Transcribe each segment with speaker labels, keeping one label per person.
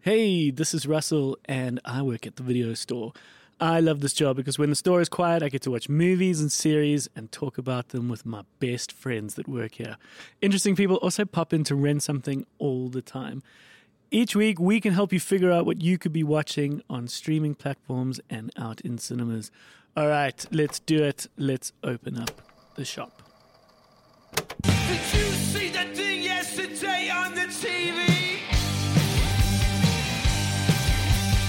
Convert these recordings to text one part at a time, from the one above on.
Speaker 1: Hey, this is Russell, and I work at the video store. I love this job because when the store is quiet, I get to watch movies and series and talk about them with my best friends that work here. Interesting people also pop in to rent something all the time. Each week, we can help you figure out what you could be watching on streaming platforms and out in cinemas. All right, let's do it. Let's open up the shop.
Speaker 2: Did you see that thing yesterday on the TV?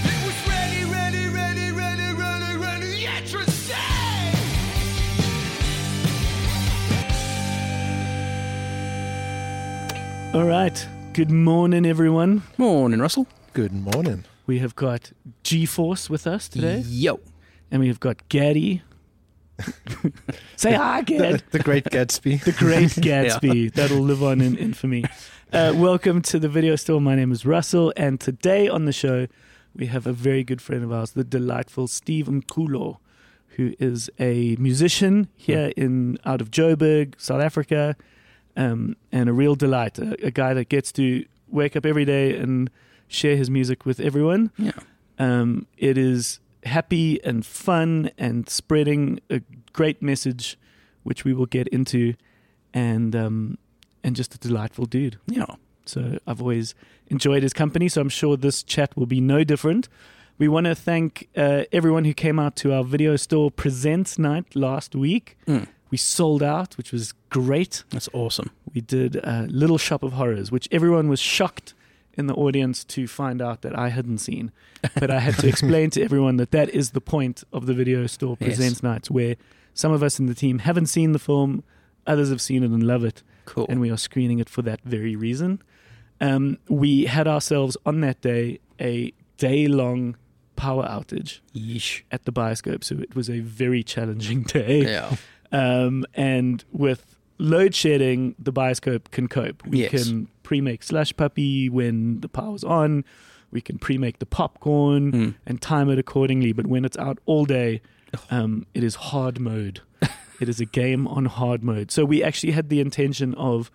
Speaker 2: It was ready, ready, ready, ready, ready, ready, yesterday!
Speaker 1: All right, good morning, everyone.
Speaker 3: Morning, Russell.
Speaker 4: Good morning.
Speaker 1: We have got G Force with us today,
Speaker 3: Yo.
Speaker 1: and we have got Gaddy. Say hi, Gad.
Speaker 4: The, the Great Gatsby.
Speaker 1: The great Gatsby. That'll live on in infamy. Uh, welcome to the video store. My name is Russell, and today on the show, we have a very good friend of ours, the delightful Steve Mkulo, who is a musician here in out of Joburg, South Africa, um, and a real delight. A, a guy that gets to wake up every day and share his music with everyone.
Speaker 3: Yeah.
Speaker 1: Um, it is happy and fun and spreading a great message, which we will get into, and um, and just a delightful dude.
Speaker 3: Yeah.
Speaker 1: So I've always enjoyed his company. So I'm sure this chat will be no different. We want to thank uh, everyone who came out to our video store presents night last week.
Speaker 3: Mm.
Speaker 1: We sold out, which was great
Speaker 3: That's awesome.
Speaker 1: we did uh, Little Shop of Horrors, which everyone was shocked in the audience to find out that I hadn't seen. But I had to explain to everyone that that is the point of the video store
Speaker 3: Yes.
Speaker 1: presents nights, where some of us in the team haven't seen the film, others have seen it and love it,
Speaker 3: Cool.
Speaker 1: and we are screening it for that very reason. Um, we had ourselves on that day a day long power outage
Speaker 3: Yeesh.
Speaker 1: at the bioscope, so it was a very challenging day
Speaker 3: Yeah.
Speaker 1: um, and with load shedding, the bioscope can cope. We
Speaker 3: Yes.
Speaker 1: can pre-make slush puppy when the power's on. We can pre-make the popcorn
Speaker 3: Mm.
Speaker 1: and time it accordingly. But when it's out all day, um, it is hard mode. it is a game on hard mode. So we actually had the intention of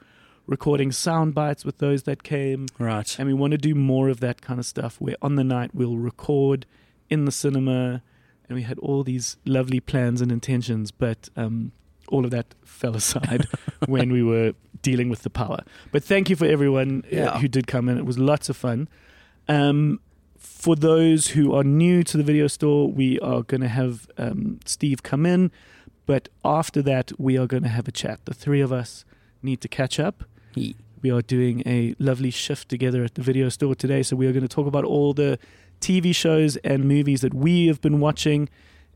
Speaker 1: recording sound bites with those that came.
Speaker 3: Right.
Speaker 1: And we want to do more of that kind of stuff where on the night we'll record in the cinema. And we had all these lovely plans and intentions, but um, all of that fell aside when we were dealing with the power. But thank you for everyone uh,
Speaker 3: Yeah.
Speaker 1: who did come in. It was lots of fun. Um, for those who are new to the video store, we are going to have um, Steve come in. But after that, we are going to have a chat. The three of us need to catch up.
Speaker 3: Ye-
Speaker 1: We are doing a lovely shift together at the video store today. So we are going to talk about all the TV shows and movies that we have been watching.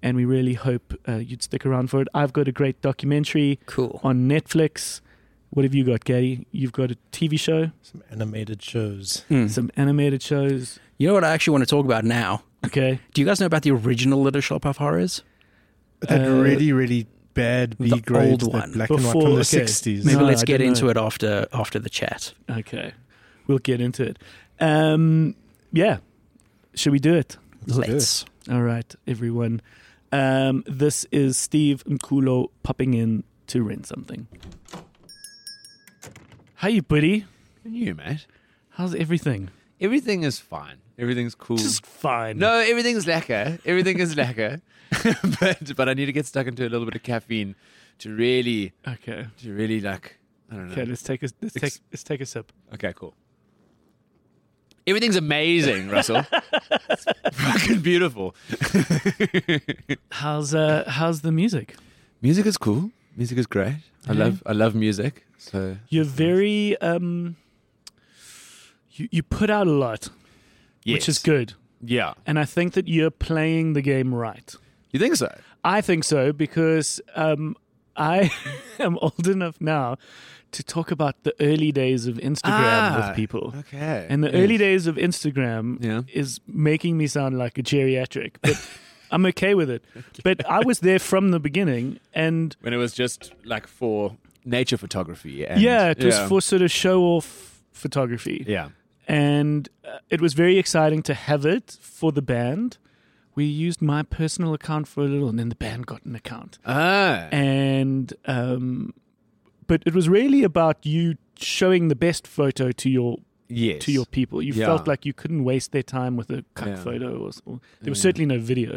Speaker 1: And we really hope uh, you'd stick around for it. I've got a great documentary
Speaker 3: Cool.
Speaker 1: on Netflix. What have you got, Gaddy? You've got a TV show,
Speaker 4: Some animated shows.
Speaker 5: Mm-hmm.
Speaker 3: Mm.
Speaker 1: some animated shows.
Speaker 3: You know what I actually want to talk about now?
Speaker 1: Okay.
Speaker 3: Do you guys know about the original Little Shop of Horrors?
Speaker 4: That
Speaker 1: Uh,
Speaker 4: really, really bad B
Speaker 3: the
Speaker 4: grade,
Speaker 3: old
Speaker 4: that
Speaker 3: one.
Speaker 4: black and white
Speaker 1: Before-
Speaker 4: from
Speaker 1: okay.
Speaker 4: the sixties.
Speaker 3: Maybe
Speaker 1: No,
Speaker 3: let's
Speaker 1: I
Speaker 3: get
Speaker 1: don't
Speaker 3: into
Speaker 1: know.
Speaker 3: it after after the chat.
Speaker 1: Okay. We'll get into it. Um, yeah. Should we do it?
Speaker 4: Let's do
Speaker 3: Let's.
Speaker 1: All right, everyone. Um, this is Steve Mkulo popping in to rent something. How you, buddy?
Speaker 5: And you, mate?
Speaker 1: How's everything?
Speaker 5: Everything is fine. Everything's cool.
Speaker 1: Just fine.
Speaker 5: no, everything's lacquer. Everything is lacquer. but but I need to get stuck into a little bit of caffeine to really
Speaker 1: Okay.
Speaker 5: to really like I don't know.
Speaker 1: Okay. Let's take a let's take
Speaker 5: Ex-
Speaker 1: let's take a sip.
Speaker 5: Okay, cool. Everything's amazing, Russell. It's fucking beautiful.
Speaker 1: How's uh how's the music?
Speaker 5: Music is cool. Music is great. I
Speaker 1: Okay.
Speaker 5: love I love music. So
Speaker 1: You're very um. You you put out a lot, which is
Speaker 5: Yes.
Speaker 1: good,
Speaker 5: Yeah.
Speaker 1: and I think that you're playing the game right.
Speaker 5: You think so?
Speaker 1: I think so because um, I am old enough now to talk about the early days of Instagram
Speaker 5: Ah.
Speaker 1: with people.
Speaker 5: Okay.
Speaker 1: And the early days of Instagram
Speaker 5: Yeah.
Speaker 1: is making me sound like a geriatric, but I'm okay with it. But I was there from the beginning, and
Speaker 5: when it was just like for nature photography and
Speaker 1: yeah, it was for sort of show off photography.
Speaker 5: Yeah.
Speaker 1: and uh, it was very exciting to have it for the band. We used my personal account for a little, and then the band got an account.
Speaker 5: Ah.
Speaker 1: And um, but it was really about you showing the best photo to your
Speaker 5: Yes.
Speaker 1: to your people. You
Speaker 5: Yeah.
Speaker 1: felt like you couldn't waste their time with a cuck
Speaker 5: Yeah.
Speaker 1: photo, or, or there was
Speaker 5: Yeah.
Speaker 1: certainly no video.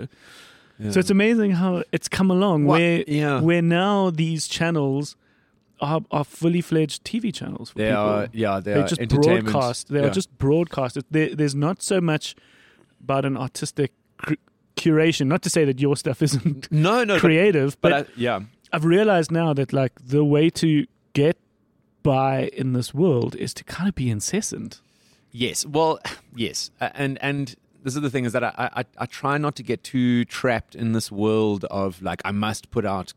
Speaker 5: Yeah.
Speaker 1: So it's amazing how it's come along.
Speaker 5: What-
Speaker 1: Where
Speaker 5: yeah.
Speaker 1: where now these channels are are fully fledged TV channels. For
Speaker 5: They
Speaker 1: people.
Speaker 5: are, yeah, they,
Speaker 1: they
Speaker 5: are
Speaker 1: just
Speaker 5: entertainment.
Speaker 1: broadcast. They
Speaker 5: Yeah.
Speaker 1: are just broadcast. It- There, there's not so much about an artistic cr- curation. Not to say that your stuff isn't
Speaker 5: no, no, but,
Speaker 1: creative,
Speaker 5: but
Speaker 1: but,
Speaker 5: I, yeah,
Speaker 1: I've realized now that like the way to get by in this world is to kind of be incessant.
Speaker 5: yes. Well, yes, A- and and this is the thing is that I, I I try not to get too trapped in this world of like I must put out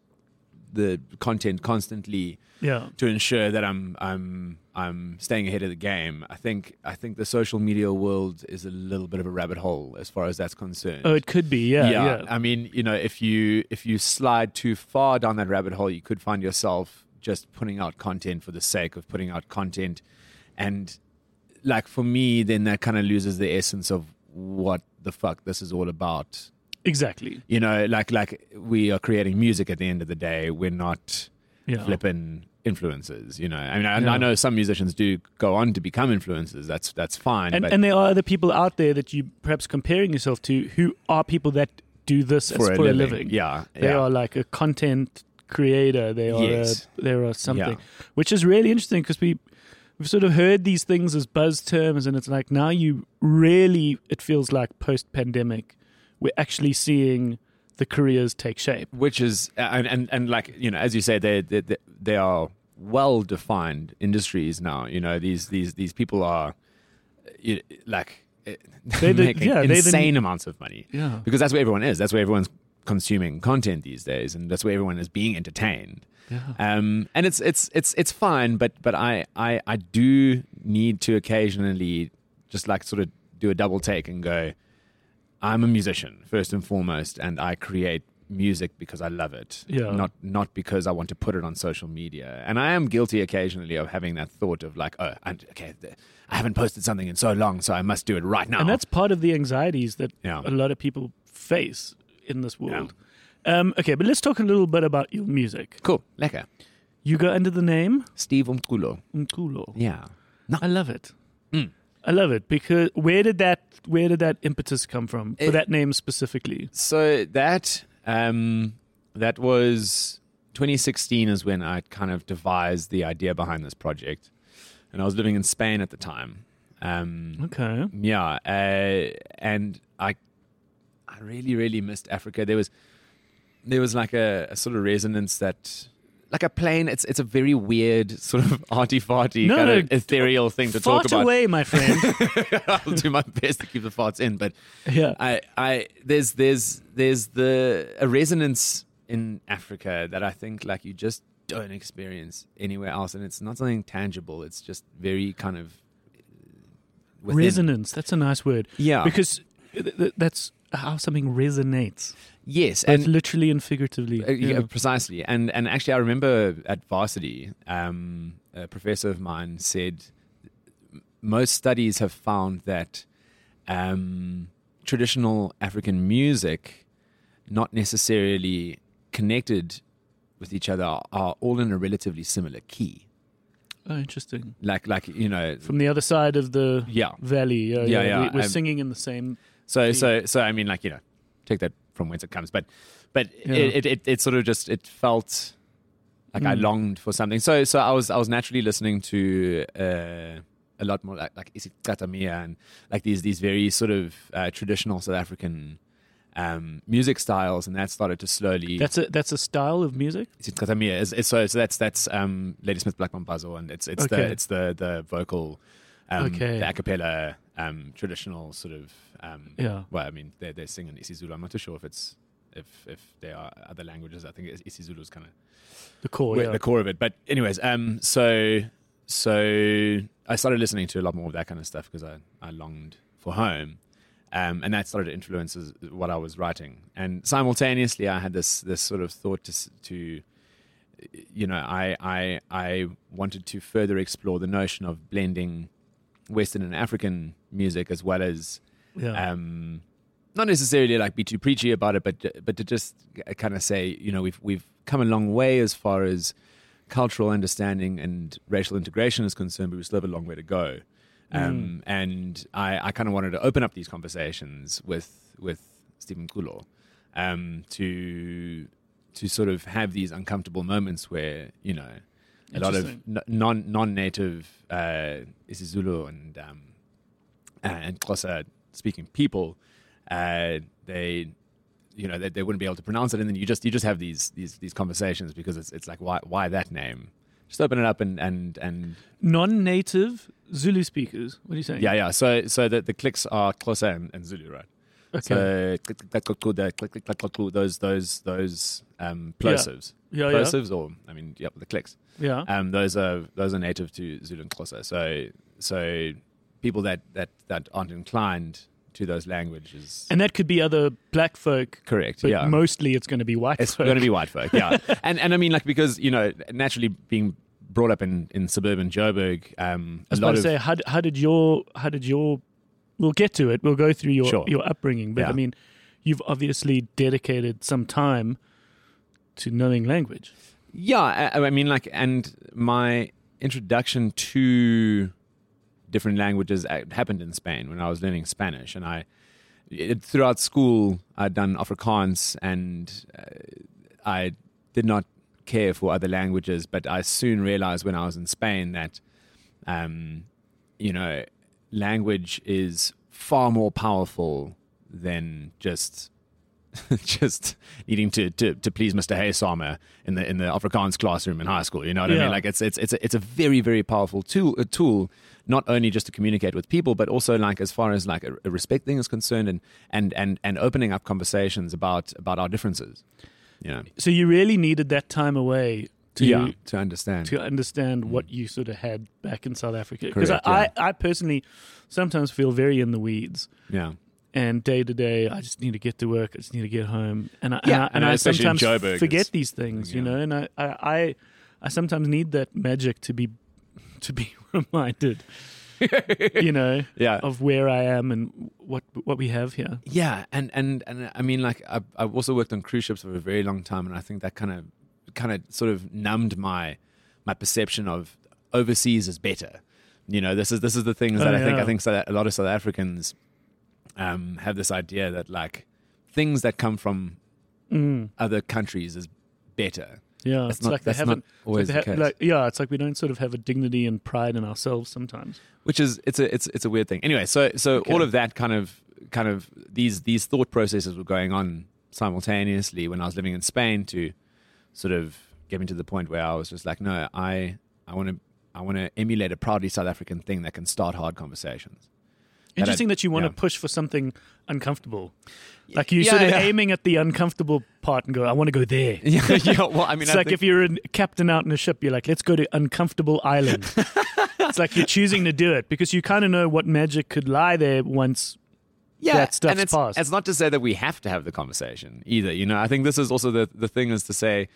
Speaker 5: the content constantly
Speaker 1: Yeah.
Speaker 5: to ensure that I'm I'm I'm staying ahead of the game. I think I think the social media world is a little bit of a rabbit hole as far as that's concerned.
Speaker 1: Oh, it could be. Yeah. Yeah.
Speaker 5: I mean, you know, if you if you slide too far down that rabbit hole, you could find yourself just putting out content for the sake of putting out content, and like for me, then that kind of loses the essence of what the fuck this is all about.
Speaker 1: Exactly.
Speaker 5: You know, like like we are creating music at the end of the day. We're not
Speaker 1: Yeah.
Speaker 5: flipping influencers. You know, I mean, I,
Speaker 1: Yeah.
Speaker 5: I know some musicians do go on to become influencers. That's that's fine.
Speaker 1: And
Speaker 5: but
Speaker 1: and there are other people out there that you perhaps comparing yourself to who are people that do this as for a living.
Speaker 5: yeah,
Speaker 1: They
Speaker 5: yeah.
Speaker 1: are like a content creator. They are
Speaker 5: Yes.
Speaker 1: a, they are something,
Speaker 5: Yeah.
Speaker 1: which is really interesting because we we've sort of heard these things as buzz terms, and it's like now you really it feels like post pandemic we're actually seeing the careers take shape.
Speaker 5: which is and and, and like you know as you say they they, they- they are well defined industries now you know these these these people are you, like
Speaker 1: They're
Speaker 5: they're
Speaker 1: the-
Speaker 5: making
Speaker 1: yeah, they're the-
Speaker 5: insane amounts of money
Speaker 1: Yeah.
Speaker 5: because that's where everyone is that's where everyone's consuming content these days and that's where everyone is being entertained um, and it's it's it's it's fine but but I, I I do need to occasionally just like sort of do a double take and go I'm a musician first and foremost, and I create music because I love it,
Speaker 1: Yeah.
Speaker 5: not not because I want to put it on social media. And I am guilty occasionally of having that thought of like, oh, and okay, th- I haven't posted something in so long, so I must do it right now.
Speaker 1: And that's part of the anxieties that
Speaker 5: Yeah.
Speaker 1: a lot of people face in this world. Um, okay, but let's talk a little bit about your music.
Speaker 5: cool, lekker.
Speaker 1: You go under the name
Speaker 5: Steve Umkulo.
Speaker 1: Mkulo.
Speaker 5: Yeah.
Speaker 1: I love it.
Speaker 5: Mm.
Speaker 1: I love it because where did that where did that impetus come from for
Speaker 5: It-
Speaker 1: that name specifically?
Speaker 5: So that um, that was 2016 is when I kind of devised the idea behind this project, and I was living in Spain at the time. Um,
Speaker 1: Okay.
Speaker 5: Yeah, uh, and I, I really, really missed Africa. There was, there was like a, a sort of resonance that, like a plane. It's it's a very weird sort of arty farty
Speaker 1: No,
Speaker 5: kind
Speaker 1: no,
Speaker 5: of ethereal thing to talk
Speaker 1: Fart
Speaker 5: about.
Speaker 1: away, my friend.
Speaker 5: I'll do my best to keep the farts in, but
Speaker 1: yeah.
Speaker 5: I, I, there's, there's, there's the a resonance in Africa that I think like you just don't experience anywhere else, and it's not something tangible. It's just very kind of. within. Ah.
Speaker 1: Resonance. That's a nice word.
Speaker 5: Yeah.
Speaker 1: Because th- th- that's how something resonates,
Speaker 5: Yes,
Speaker 1: both
Speaker 5: and
Speaker 1: literally and figuratively.
Speaker 5: Uh, yeah,
Speaker 1: Yeah.
Speaker 5: precisely. And and actually, I remember at varsity, um, a professor of mine said most studies have found that um, traditional African music, not necessarily connected with each other, are all in a relatively similar key.
Speaker 1: Oh, interesting.
Speaker 5: Like like you know,
Speaker 1: From the other side of the
Speaker 5: yeah.
Speaker 1: valley. Yeah,
Speaker 5: Yeah, yeah,
Speaker 1: We, we're
Speaker 5: um,
Speaker 1: singing in the same.
Speaker 5: So so so I mean, like you know, take that from whence it comes, but but
Speaker 1: Yeah.
Speaker 5: it, it it it sort of just it felt like I
Speaker 1: Mm.
Speaker 5: longed for something. So so I was I was naturally listening to uh, a lot more like like Isikatamia and like these these very sort of uh, traditional South African um, music styles, and that started to slowly.
Speaker 1: That's a that's a style of music.
Speaker 5: Isikatamia is, is so so that's that's um, Ladysmith Black Mambazo, and it's it's
Speaker 1: Okay.
Speaker 5: the it's the the vocal. Um,
Speaker 1: Okay.
Speaker 5: The a cappella um, traditional sort of um,
Speaker 1: Yeah.
Speaker 5: well, I mean, they're, they're singing isiZulu. I'm not too sure if it's if if there are other languages. I think it's- isiZulu is kind of
Speaker 1: The core. Oh, yeah.
Speaker 5: the core of it. But anyways, um, so so I started listening to a lot more of that kind of stuff because I I longed for home, um, and that started to influence as- what I was writing. And simultaneously, I had this this sort of thought to s- to you know I I I wanted to further explore the notion of blending Western and African music as well as
Speaker 1: yeah.
Speaker 5: um, not necessarily like be too preachy about it, but but to just kind of say, you know, we've we've come a long way as far as cultural understanding and racial integration is concerned, but we still have a long way to go. Um, And I, I kind of wanted to open up these conversations with with Stephen Kulo um, to to sort of have these uncomfortable moments where you know a lot of
Speaker 1: Interesting.
Speaker 5: n- non non native uh, isiZulu and um, and Xhosa speaking people uh, they you know they, they wouldn't be able to pronounce it and then you just you just have these these these conversations because it's it's like why why that name just open it up and and and
Speaker 1: Non-native Zulu speakers. What are you saying?
Speaker 5: yeah yeah so so the, the clicks are Xhosa and, and Zulu right
Speaker 1: Okay.
Speaker 5: so click, click, clack, clack, clack, there, click, click, clack, clack, clack, those those those um
Speaker 1: Yeah. Oh,
Speaker 5: plosives
Speaker 1: yeah, yeah,
Speaker 5: plosives or I mean yep the clicks
Speaker 1: yeah.
Speaker 5: um, those are those are native to Zulu and Xhosa. So so people that that that aren't inclined to those languages.
Speaker 1: And that could be other black folk,
Speaker 5: Correct.
Speaker 1: but
Speaker 5: yeah.
Speaker 1: mostly it's going to be white
Speaker 5: it's
Speaker 1: folk.
Speaker 5: going to be white folk. Yeah. and and I mean like because you know naturally being brought up in in suburban Joburg, um,
Speaker 1: I
Speaker 5: a
Speaker 1: was about
Speaker 5: lot
Speaker 1: to
Speaker 5: of
Speaker 1: say, how, d- how did your how did your we'll get to it. We'll go through your
Speaker 5: Sure.
Speaker 1: your upbringing, but
Speaker 5: Yeah.
Speaker 1: I mean, you've obviously dedicated some time to knowing language.
Speaker 5: yeah. I, I mean like and my introduction to different languages uh, happened in Spain when I was learning Spanish, and I it, throughout school I'd done Afrikaans, and uh, I did not care for other languages. But I soon realized when I was in Spain that, um, you know, language is far more powerful than just. just needing to, to, to please Mr. Haysamer in the in the Afrikaans classroom in high school. You know what I
Speaker 1: Yeah.
Speaker 5: mean? Like like it's it's it's a, it's a very very powerful tool a tool not only just to communicate with people but also like as far as like a, a respect thing is concerned and and and and opening up conversations about about our differences you know
Speaker 1: So you really needed that time away to
Speaker 5: to understand
Speaker 1: to understand what you sort of had back in South Africa. Because I,
Speaker 5: Correct, yeah.
Speaker 1: I, I personally sometimes feel very in the weeds.
Speaker 5: yeah
Speaker 1: And day to day, I just need to get to work. I just need to get home, and I
Speaker 5: Yeah,
Speaker 1: and I, and
Speaker 5: and
Speaker 1: I
Speaker 5: especially in
Speaker 1: sometimes
Speaker 5: Joburg,
Speaker 1: forget
Speaker 5: it's-
Speaker 1: these things, you
Speaker 5: yeah.
Speaker 1: know. And I, I, I, I sometimes need that magic to be to be reminded, you know,
Speaker 5: yeah
Speaker 1: of where I am and what what we have here.
Speaker 5: yeah and and and i mean like I've, I've also worked on cruise ships for a very long time and i think that kind of kind of sort of numbed my my perception of overseas is better you know this is this is the things
Speaker 1: Oh,
Speaker 5: that i think
Speaker 1: yeah.
Speaker 5: i think South, a lot of south africans um have this idea that like things that come from
Speaker 1: Mm,
Speaker 5: other countries is better
Speaker 1: yeah,
Speaker 5: That's
Speaker 1: it's
Speaker 5: not-
Speaker 1: like they
Speaker 5: that's not
Speaker 1: haven't. it's
Speaker 5: always
Speaker 1: like they
Speaker 5: the
Speaker 1: ha-
Speaker 5: case.
Speaker 1: like- yeah, it's like we don't sort of have a dignity and pride in ourselves sometimes.
Speaker 5: which is it's a it's it's a weird thing. Anyway, so so
Speaker 1: Okay.
Speaker 5: all of that kind of kind of these these thought processes were going on simultaneously when I was living in Spain to sort of get me to the point where I was just like, no, I I want to I want to emulate a proudly South African thing that can start hard conversations. That I-
Speaker 1: Interesting that you want
Speaker 5: yeah.
Speaker 1: to push for something uncomfortable. Like you're
Speaker 5: yeah,
Speaker 1: sort of
Speaker 5: yeah.
Speaker 1: aiming at the uncomfortable part and go, I want to go there.
Speaker 5: yeah, yeah. Well, I mean,
Speaker 1: It's
Speaker 5: I
Speaker 1: like
Speaker 5: think-
Speaker 1: if you're a captain out in a ship, you're like, let's go to uncomfortable island. it's like you're choosing to do it because you kind of know what magic could lie there once.
Speaker 5: yeah,
Speaker 1: that stuff's
Speaker 5: and it's,
Speaker 1: past.
Speaker 5: It's not to say that we have to have the conversation either. You know, I think this is also the the thing is to say,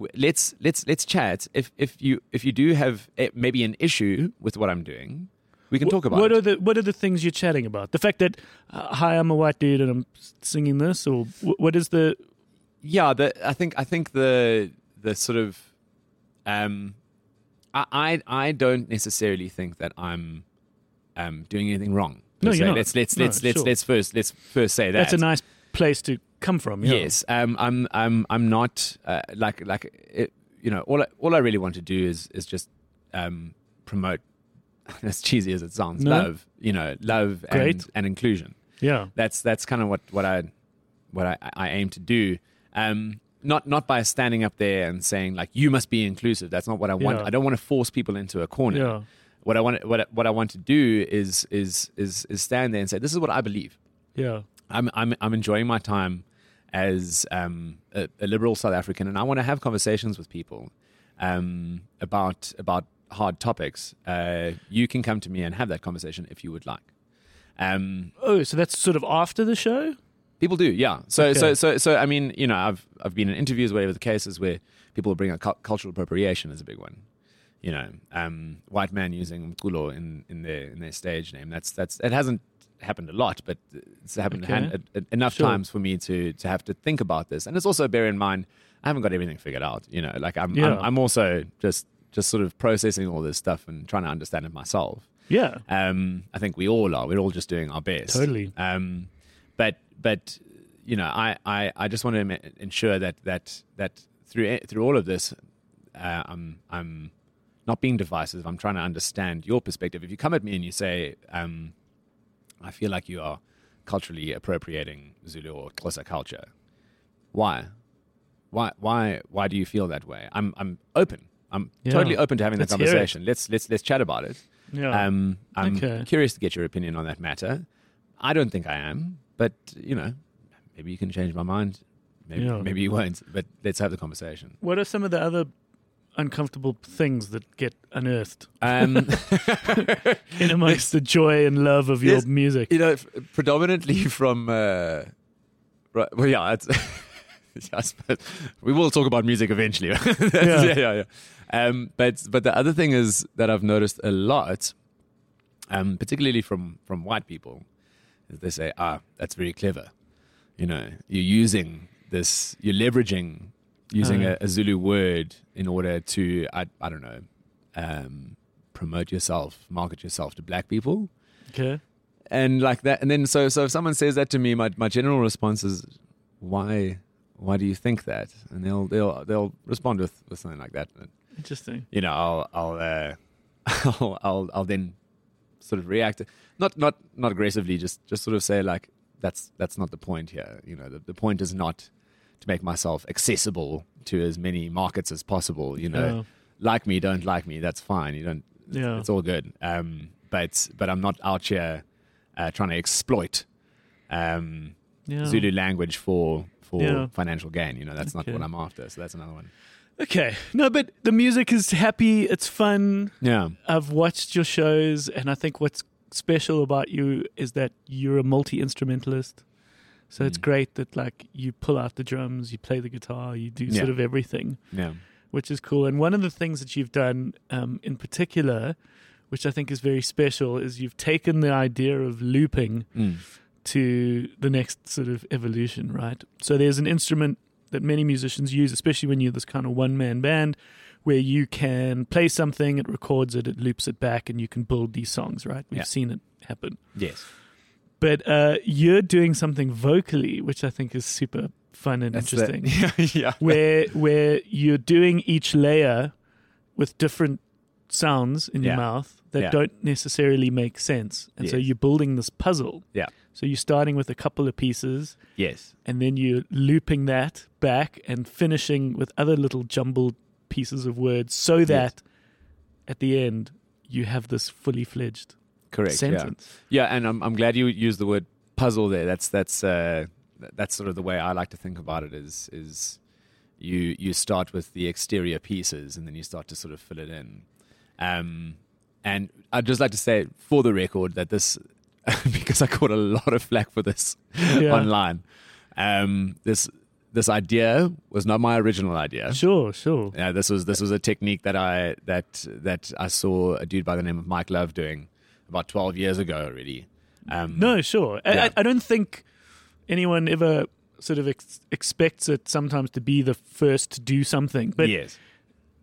Speaker 5: w- let's let's let's chat. If if you if you do have eh, maybe an issue with what I'm doing, we can talk about
Speaker 1: what
Speaker 5: it.
Speaker 1: are the what are the things you're chatting about? The fact that uh, hi, I'm a white dude and I'm singing this, or wh- what is the
Speaker 5: yeah, the, I think I think the the sort of um, I, I I don't necessarily think that I'm um doing anything wrong. per
Speaker 1: No, you're
Speaker 5: se.
Speaker 1: not.
Speaker 5: Let's let's
Speaker 1: No,
Speaker 5: let's let's
Speaker 1: sure.
Speaker 5: let's first let's first say that.
Speaker 1: that's a nice place to come from. Yeah.
Speaker 5: Yes, um, I'm. I'm. I'm not uh, like like it, you know. All I, all I really want to do is is just um, promote. As cheesy as it sounds,
Speaker 1: No.
Speaker 5: love. You know, love and,
Speaker 1: Great.
Speaker 5: and inclusion.
Speaker 1: yeah.
Speaker 5: That's that's kind of what what I what I, I aim to do. Um, not not by standing up there and saying like you must be inclusive. That's not what I want.
Speaker 1: Yeah.
Speaker 5: I don't want to force people into a corner.
Speaker 1: Yeah.
Speaker 5: What I want what I, what I want to do is is is is stand there and say this is what I believe.
Speaker 1: Yeah.
Speaker 5: I'm I'm I'm enjoying my time as um, a, a liberal South African, and I want to have conversations with people um, about about hard topics. Uh, you can come to me and have that conversation if you would like. Um,
Speaker 1: Oh, so that's sort of after the show.
Speaker 5: people do, yeah. So
Speaker 1: Okay.
Speaker 5: so so so I mean, you know, I've I've been in interviews, whatever the cases, where people bring up cul- cultural appropriation is a big one. You know, um, white man using mkulo in, in their in their stage name. That's that's it hasn't happened a lot, but it's happened
Speaker 1: Okay.
Speaker 5: hand, e- e- enough
Speaker 1: Sure.
Speaker 5: times for me to to have to think about this. And it's also bear in mind, I haven't got everything figured out. You know, like I'm
Speaker 1: Yeah.
Speaker 5: I'm, I'm also just just sort of processing all this stuff and trying to understand it myself.
Speaker 1: Yeah.
Speaker 5: Um, I think we all are. We're all just doing our best.
Speaker 1: Totally.
Speaker 5: Um, but but you know, I, I, I just want to ma- ensure that that that through it- through all of this, uh, I'm I'm not being divisive. I'm trying to understand your perspective. If you come at me and you say, um, I feel like you are culturally appropriating Zulu or Xhosa culture, why? Why why why do you feel that way? I'm I'm open. I'm
Speaker 1: Yeah.
Speaker 5: totally open to having the
Speaker 1: Let's hear it.
Speaker 5: conversation. Let's let's let's chat about it.
Speaker 1: Yeah.
Speaker 5: Um, I'm
Speaker 1: Oh, Okay.
Speaker 5: curious to get your opinion on that matter. I don't think I am, but you know, maybe you can change my mind. Maybe,
Speaker 1: Yeah.
Speaker 5: maybe you won't. But let's have the conversation.
Speaker 1: what are some of the other uncomfortable things that get unearthed
Speaker 5: Um,
Speaker 1: in amongst the joy and love of your
Speaker 5: Yes.
Speaker 1: music?
Speaker 5: you know, f- predominantly from. Uh, right, well, yeah, it's, yeah, I suppose we will talk about music eventually. yeah, yeah, yeah. Um, but but the other thing is that I've noticed a lot, um, particularly from from white people, is they say, "Ah, that's very clever." You know, you're using this, you're leveraging using
Speaker 1: Uh.
Speaker 5: a, a Zulu word in order to, I, I don't know, um, promote yourself, market yourself to black people
Speaker 1: Okay.
Speaker 5: and like that and then so so if someone says that to me my, my general response is why why do you think that and they'll they'll they'll respond with, with something like that and,
Speaker 1: Interesting.
Speaker 5: you know i'll i'll uh, I'll, I'll i'll then sort of react not not not aggressively just just sort of say like that's that's not the point here you know the, the point is not to make myself accessible to as many markets as possible you know
Speaker 1: Yeah.
Speaker 5: like me don't like me that's fine you don't
Speaker 1: Yeah.
Speaker 5: it's all good. Um, but but I'm not out here uh, trying to exploit um,
Speaker 1: Yeah.
Speaker 5: Zulu language for for
Speaker 1: Yeah.
Speaker 5: financial gain. You know, that's
Speaker 1: Okay.
Speaker 5: not what I'm after. So that's another one.
Speaker 1: Okay. No, but the music is happy. It's fun.
Speaker 5: Yeah,
Speaker 1: I've watched your shows, and I think what's special about you is that you're a multi instrumentalist. So it's
Speaker 5: Mm.
Speaker 1: great that like you pull out the drums, you play the guitar, you do sort
Speaker 5: Yeah.
Speaker 1: of everything,
Speaker 5: yeah,
Speaker 1: which is cool. And one of the things that you've done um, in particular, which I think is very special, is you've taken the idea of looping
Speaker 5: mm.
Speaker 1: to the next sort of evolution, right? So there's an instrument that many musicians use, especially when you're this kind of one man band, where you can play something, it records it, it loops it back, and you can build these songs, right? We've
Speaker 5: Yeah.
Speaker 1: seen it happen.
Speaker 5: yes.
Speaker 1: But uh, you're doing something vocally, which I think is super fun and
Speaker 5: That's
Speaker 1: interesting,
Speaker 5: The, yeah, yeah.
Speaker 1: where where you're doing each layer with different sounds in your
Speaker 5: Yeah.
Speaker 1: mouth that
Speaker 5: Yeah.
Speaker 1: don't necessarily make sense, and so
Speaker 5: Yes.
Speaker 1: you're building this puzzle.
Speaker 5: Yeah.
Speaker 1: So you're starting with a couple of pieces,
Speaker 5: yes,
Speaker 1: and then you're looping that back and finishing with other little jumbled pieces of words so that at the end you have this fully fledged
Speaker 5: correct. Yeah.
Speaker 1: sentence.
Speaker 5: Yeah, and I'm I'm glad you used the word puzzle there. That's that's uh, th- that's sort of the way I like to think about it. Is is you you start with the exterior pieces and then you start to sort of fill it in. Um, and I'd just like to say for the record that this because I caught a lot of flack for this
Speaker 1: Yeah.
Speaker 5: online. Um, this this idea was not my original idea.
Speaker 1: Sure, sure.
Speaker 5: Yeah, this was this was a technique that I that that I saw a dude by the name of Mike Love doing about twelve years ago already. Um,
Speaker 1: No, sure. I
Speaker 5: Yeah.
Speaker 1: I, I don't think anyone ever sort of ex- expects it sometimes to be the first to do something, but it
Speaker 5: yes,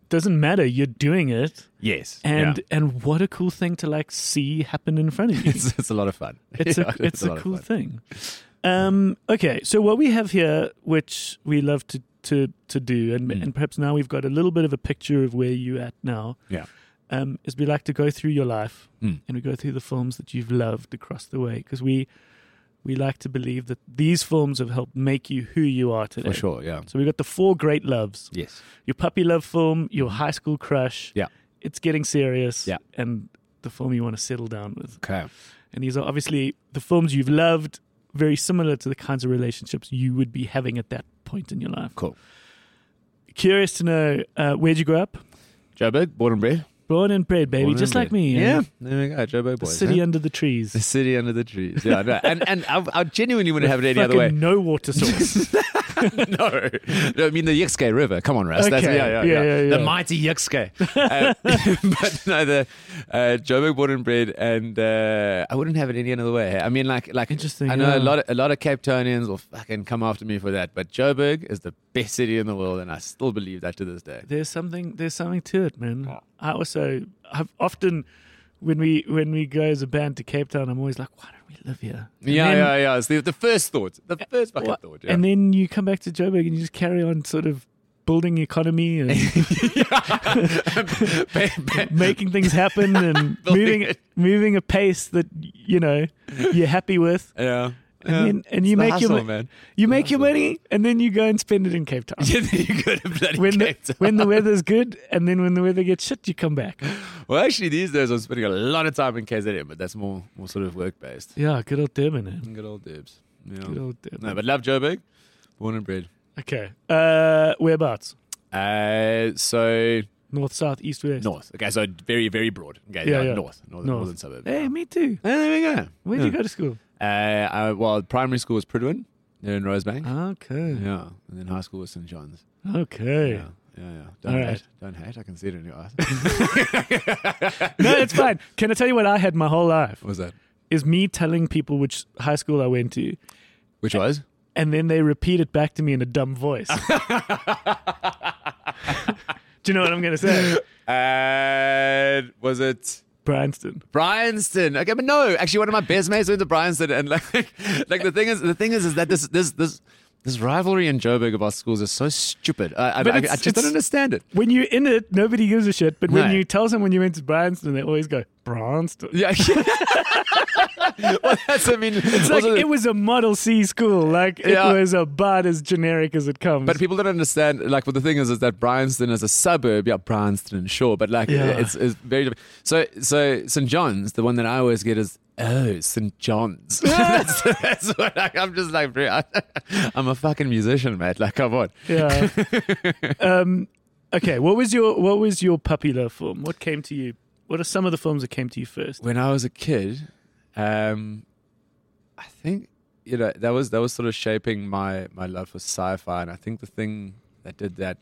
Speaker 1: doesn't matter. You're doing it,
Speaker 5: yes,
Speaker 1: and
Speaker 5: yeah.
Speaker 1: and what a cool thing to like see happen in front of you.
Speaker 5: it's, it's a lot of fun.
Speaker 1: It's
Speaker 5: Yeah,
Speaker 1: a, it's a
Speaker 5: lot of
Speaker 1: cool
Speaker 5: fun.
Speaker 1: thing. Um, okay, so what we have here, which we love to to to do, and
Speaker 5: Mm.
Speaker 1: and perhaps now we've got a little bit of a picture of where you at now.
Speaker 5: Yeah.
Speaker 1: um, is we like to go through your life
Speaker 5: Mm.
Speaker 1: and we go through the films that you've loved across the way because we we like to believe that these films have helped make you who you are today.
Speaker 5: for sure. Yeah.
Speaker 1: So we've got the four great loves:
Speaker 5: Yes.
Speaker 1: your puppy love film, your high school crush,
Speaker 5: Yeah.
Speaker 1: it's getting serious,
Speaker 5: Yeah.
Speaker 1: and the film you want to settle down with.
Speaker 5: Okay.
Speaker 1: And these are obviously the films you've loved, very similar to the kinds of relationships you would be having at that point in your life.
Speaker 5: Cool.
Speaker 1: Curious to know, uh, where'd you grow up?
Speaker 5: Joburg, born and bred.
Speaker 1: Born and bred, baby,
Speaker 5: Born
Speaker 1: just
Speaker 5: and
Speaker 1: like
Speaker 5: bred.
Speaker 1: me. eh?
Speaker 5: Yeah. There we go. Joburg
Speaker 1: The
Speaker 5: boys.
Speaker 1: city
Speaker 5: huh?
Speaker 1: under the
Speaker 5: the
Speaker 1: trees.
Speaker 5: city under the trees. Yeah. No. And and I, I genuinely wouldn't have it any other
Speaker 1: Fucking
Speaker 5: way.
Speaker 1: No water source.
Speaker 5: no. no, I mean the Yixke River. Come on, Russ. That's,
Speaker 1: Okay.
Speaker 5: yeah, yeah,
Speaker 1: Yeah,
Speaker 5: yeah,
Speaker 1: yeah, yeah.
Speaker 5: The mighty Yixke. Uh, but no, the uh, Joburg born and bred, and uh, I wouldn't have it any other way. I mean, like, like
Speaker 1: Interesting,
Speaker 5: I know
Speaker 1: yeah.
Speaker 5: a lot, of, a lot of Cape Townians will fucking come after me for that, but Joburg is the best city in the world, and I still believe that to this day.
Speaker 1: there's something. There's something to it, man. I also, I've often, when we when we go as a band to Cape Town, I'm always like, why don't we live here? And
Speaker 5: Yeah,
Speaker 1: then-
Speaker 5: yeah, yeah. It's the, the first thought. The first fucking
Speaker 1: What-
Speaker 5: thought. Yeah.
Speaker 1: And then you come back to Joburg and you just carry on sort of building economy and
Speaker 5: Ba- ba-
Speaker 1: making things happen and
Speaker 5: Building
Speaker 1: moving
Speaker 5: it.
Speaker 1: moving a pace that you know you're happy with.
Speaker 5: yeah.
Speaker 1: And
Speaker 5: yeah.
Speaker 1: then and
Speaker 5: It's
Speaker 1: you
Speaker 5: the
Speaker 1: make your
Speaker 5: hustle,
Speaker 1: mo-
Speaker 5: man.
Speaker 1: you make your money and then you go and spend it in Cape Town.
Speaker 5: Yeah, then you go to bloody
Speaker 1: When the,
Speaker 5: Cape Town.
Speaker 1: when the weather's good and then when the weather gets shit, you come back.
Speaker 5: Well, actually, these days I'm spending a lot of time in KZN, but that's more more sort of work based.
Speaker 1: Yeah, good old Durban. eh?
Speaker 5: Good old dibs. Yeah.
Speaker 1: Good old Durban.
Speaker 5: No, but love Joburg, born and bred.
Speaker 1: okay. Uh, whereabouts?
Speaker 5: Uh, so
Speaker 1: North, south, east, west.
Speaker 5: north. Okay, so very very broad. Okay,
Speaker 1: Yeah,
Speaker 5: yeah,
Speaker 1: yeah.
Speaker 5: north, northern,
Speaker 1: North.
Speaker 5: northern suburb.
Speaker 1: Hey, me too.
Speaker 5: And there we go.
Speaker 1: Where would
Speaker 5: yeah.
Speaker 1: you go to school?
Speaker 5: Uh, I, well, primary school was Pridwin, there in Rosebank.
Speaker 1: Ah, Okay.
Speaker 5: Yeah, and then high school was St John's.
Speaker 1: Okay.
Speaker 5: Yeah, yeah, yeah. Don't
Speaker 1: All
Speaker 5: hate,
Speaker 1: right.
Speaker 5: don't hate. I can see it in your eyes.
Speaker 1: No, it's fine. Can I tell you what I had my whole life?
Speaker 5: what was that?
Speaker 1: Is me telling people which high school I went to,
Speaker 5: Which
Speaker 1: Uh,
Speaker 5: was?
Speaker 1: and then they repeat it back to me in a dumb voice. Do you know what I'm going to say? uh,
Speaker 5: And was it?
Speaker 1: Bryanston.
Speaker 5: Bryanston. Okay, but no, actually, one of my best mates went to Bryanston, and like, like the thing is, the thing is, is that this, this, this, this rivalry in Joburg about schools is so stupid. I, I,
Speaker 1: But
Speaker 5: I, I
Speaker 1: it's-
Speaker 5: just don't
Speaker 1: it's-
Speaker 5: understand it.
Speaker 1: When you're in it, nobody gives a shit. But when
Speaker 5: No.
Speaker 1: you tell someone you went to Bryanston, they always go, Bryanston.
Speaker 5: Yeah. well, that's. I mean,
Speaker 1: It's like it was a Model C school. Like it
Speaker 5: Yeah.
Speaker 1: was about as generic as it comes.
Speaker 5: But people don't understand. Like, well, the thing is, is that Bryanston is a suburb. Yeah, Bryanston, sure, but like,
Speaker 1: Yeah.
Speaker 5: it's, it's very different. So, so St. John's, the one that I always get is oh St. John's. that's, that's what I, I'm just like. bro, I, am a fucking musician, mate. Like, come on.
Speaker 1: yeah. um, okay. What was your What was your puppy love film? What came to you? What are some of the films that came to you first?
Speaker 5: When I was a kid, um, I think you know that was that was sort of shaping my my love for sci-fi, and I think the thing that did that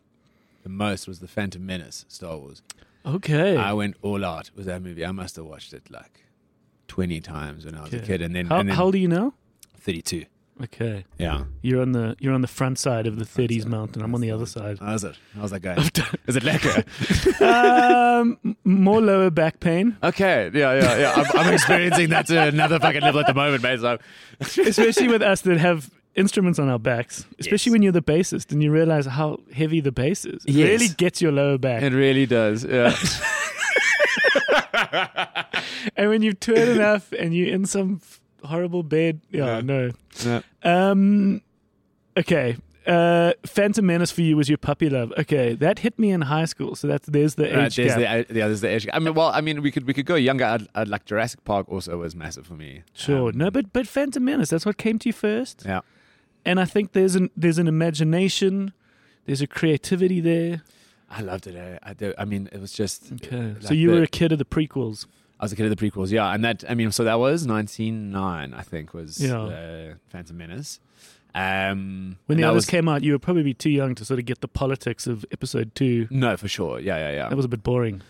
Speaker 5: the most was the Phantom Menace, Star Wars.
Speaker 1: Okay.
Speaker 5: I went all out with that movie. I must have watched it like twenty times when I was a
Speaker 1: Okay.
Speaker 5: kid, and then,
Speaker 1: how,
Speaker 5: and then
Speaker 1: how old are you now?
Speaker 5: thirty-two.
Speaker 1: Okay.
Speaker 5: Yeah,
Speaker 1: You're on the you're on the front side of the 30s
Speaker 5: side.
Speaker 1: mountain. I'm on the other side.
Speaker 5: how's it? How's that going? Is it lekker?
Speaker 1: um, m- more lower back pain,
Speaker 5: okay, yeah, yeah, yeah. I'm, I'm experiencing that to another fucking level at the moment, mate. So
Speaker 1: especially with us that have instruments on our backs. Especially
Speaker 5: Yes.
Speaker 1: when you're the bassist and you realize how heavy the bass is. It
Speaker 5: Yes.
Speaker 1: really gets your lower back.
Speaker 5: it really does. Yeah,
Speaker 1: and when you've toured enough and you're in some f- horrible bed, yeah,
Speaker 5: Yeah.
Speaker 1: no.
Speaker 5: Yeah.
Speaker 1: Um, okay. Uh, Phantom Menace for you was your puppy love. Okay, that hit me in high school, so that's there's the age
Speaker 5: Right, Uh, there's
Speaker 1: gap.
Speaker 5: the yeah, there's the age. gap. I mean, well, I mean, we could we could go younger. I'd, I'd like Jurassic Park also was massive for me.
Speaker 1: Sure,
Speaker 5: Um,
Speaker 1: no, but but Phantom Menace, that's what came to you first.
Speaker 5: yeah.
Speaker 1: and I think there's an there's an imagination, there's a creativity there.
Speaker 5: I loved it. eh? I, do- I mean, it was just.
Speaker 1: Okay, so
Speaker 5: Like
Speaker 1: you
Speaker 5: the-
Speaker 1: were a kid of the prequels.
Speaker 5: I was a kid of the prequels, yeah, and that I mean, so that was 1909, I think, was
Speaker 1: Yeah.
Speaker 5: uh, Phantom Menace. Um,
Speaker 1: When
Speaker 5: and
Speaker 1: the
Speaker 5: that
Speaker 1: others
Speaker 5: was,
Speaker 1: came out, you were probably too young to sort of get the politics of episode two.
Speaker 5: no, for sure, yeah, yeah, yeah.
Speaker 1: That was a bit boring.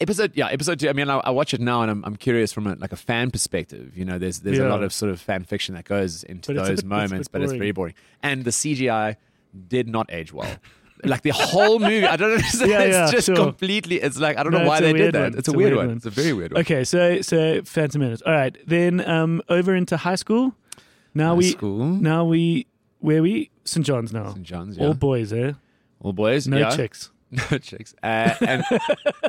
Speaker 5: episode, yeah, episode two. I mean, I, I watch it now, and I'm, I'm curious from a, like a fan perspective. You know, there's there's
Speaker 1: Yeah.
Speaker 5: a lot of sort of fan fiction that goes into
Speaker 1: But it's a
Speaker 5: those
Speaker 1: bit- it's a
Speaker 5: moments,
Speaker 1: bit
Speaker 5: but it's
Speaker 1: boring.
Speaker 5: very boring. And the CGI did not age well. like the whole movie, I don't understand.
Speaker 1: Yeah,
Speaker 5: it's
Speaker 1: yeah,
Speaker 5: just
Speaker 1: sure.
Speaker 5: completely. It's like I don't
Speaker 1: No,
Speaker 5: know why
Speaker 1: it's a
Speaker 5: they did
Speaker 1: weird
Speaker 5: that.
Speaker 1: one.
Speaker 5: It's a weird, one. It's a very weird one.
Speaker 1: Okay, so so Phantom Menace. All right, then um, over into high school. Now
Speaker 5: High
Speaker 1: we
Speaker 5: school,
Speaker 1: now we where we St John's now.
Speaker 5: St. John's,
Speaker 1: All
Speaker 5: yeah.
Speaker 1: boys, eh?
Speaker 5: all boys,
Speaker 1: No
Speaker 5: yeah.
Speaker 1: chicks.
Speaker 5: no chicks. Uh, and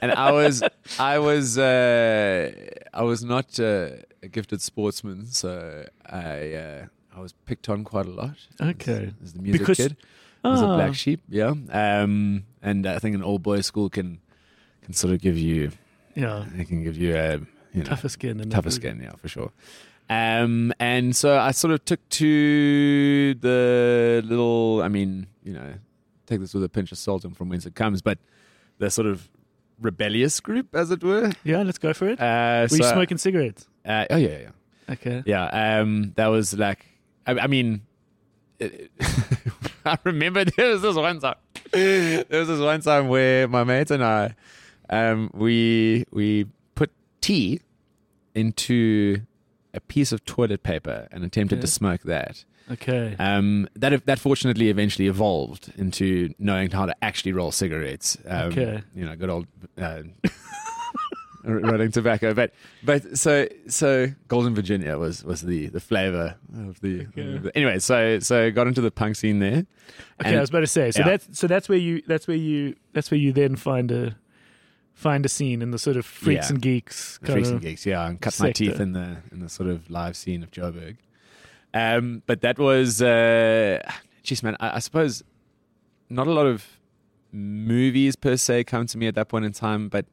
Speaker 5: and I was I was uh, I was not uh, a gifted sportsman, so I uh, I was picked on quite a lot.
Speaker 1: Okay.
Speaker 5: as, as the music
Speaker 1: Because-
Speaker 5: kid, I was a
Speaker 1: Ah.
Speaker 5: black sheep. Yeah, um, and I think an all boys school can can sort of give you
Speaker 1: Yeah,
Speaker 5: it can give you a you know
Speaker 1: tougher skin and
Speaker 5: tougher skin, yeah, for sure. Um, and so I sort of took to the little, I mean, you know, take this with a pinch of salt and from whence it comes, but the sort of rebellious group, as it were.
Speaker 1: Yeah, let's go for it.
Speaker 5: Uh,
Speaker 1: were you
Speaker 5: so-
Speaker 1: smoking cigarettes?
Speaker 5: Uh, oh, yeah, yeah.
Speaker 1: Okay.
Speaker 5: Yeah, um, that was like, I, I mean, it, I remember there was this one time, there was this one time where my mates and I, um, we we put tea into a piece of toilet paper and attempted
Speaker 1: Okay.
Speaker 5: to smoke that.
Speaker 1: Okay.
Speaker 5: Um, that that fortunately eventually evolved into knowing how to actually roll cigarettes. Um,
Speaker 1: Okay.
Speaker 5: you know, good old. Uh, rolling tobacco. But but so so Golden Virginia was was the the flavor of the.
Speaker 1: Okay.
Speaker 5: anyway, so so got into the punk scene there.
Speaker 1: Okay, I was about to say. So
Speaker 5: yeah.
Speaker 1: that's so that's where you that's where you that's where you then find a find a scene in the sort of freaks
Speaker 5: Yeah.
Speaker 1: and geeks
Speaker 5: the
Speaker 1: kind
Speaker 5: freaks
Speaker 1: of
Speaker 5: and geeks. Yeah, and cut my
Speaker 1: sector.
Speaker 5: teeth in the in the sort of live scene of Joburg. Um, but that was, uh, geez, man, I, I suppose not a lot of movies per se come to me at that point in time, but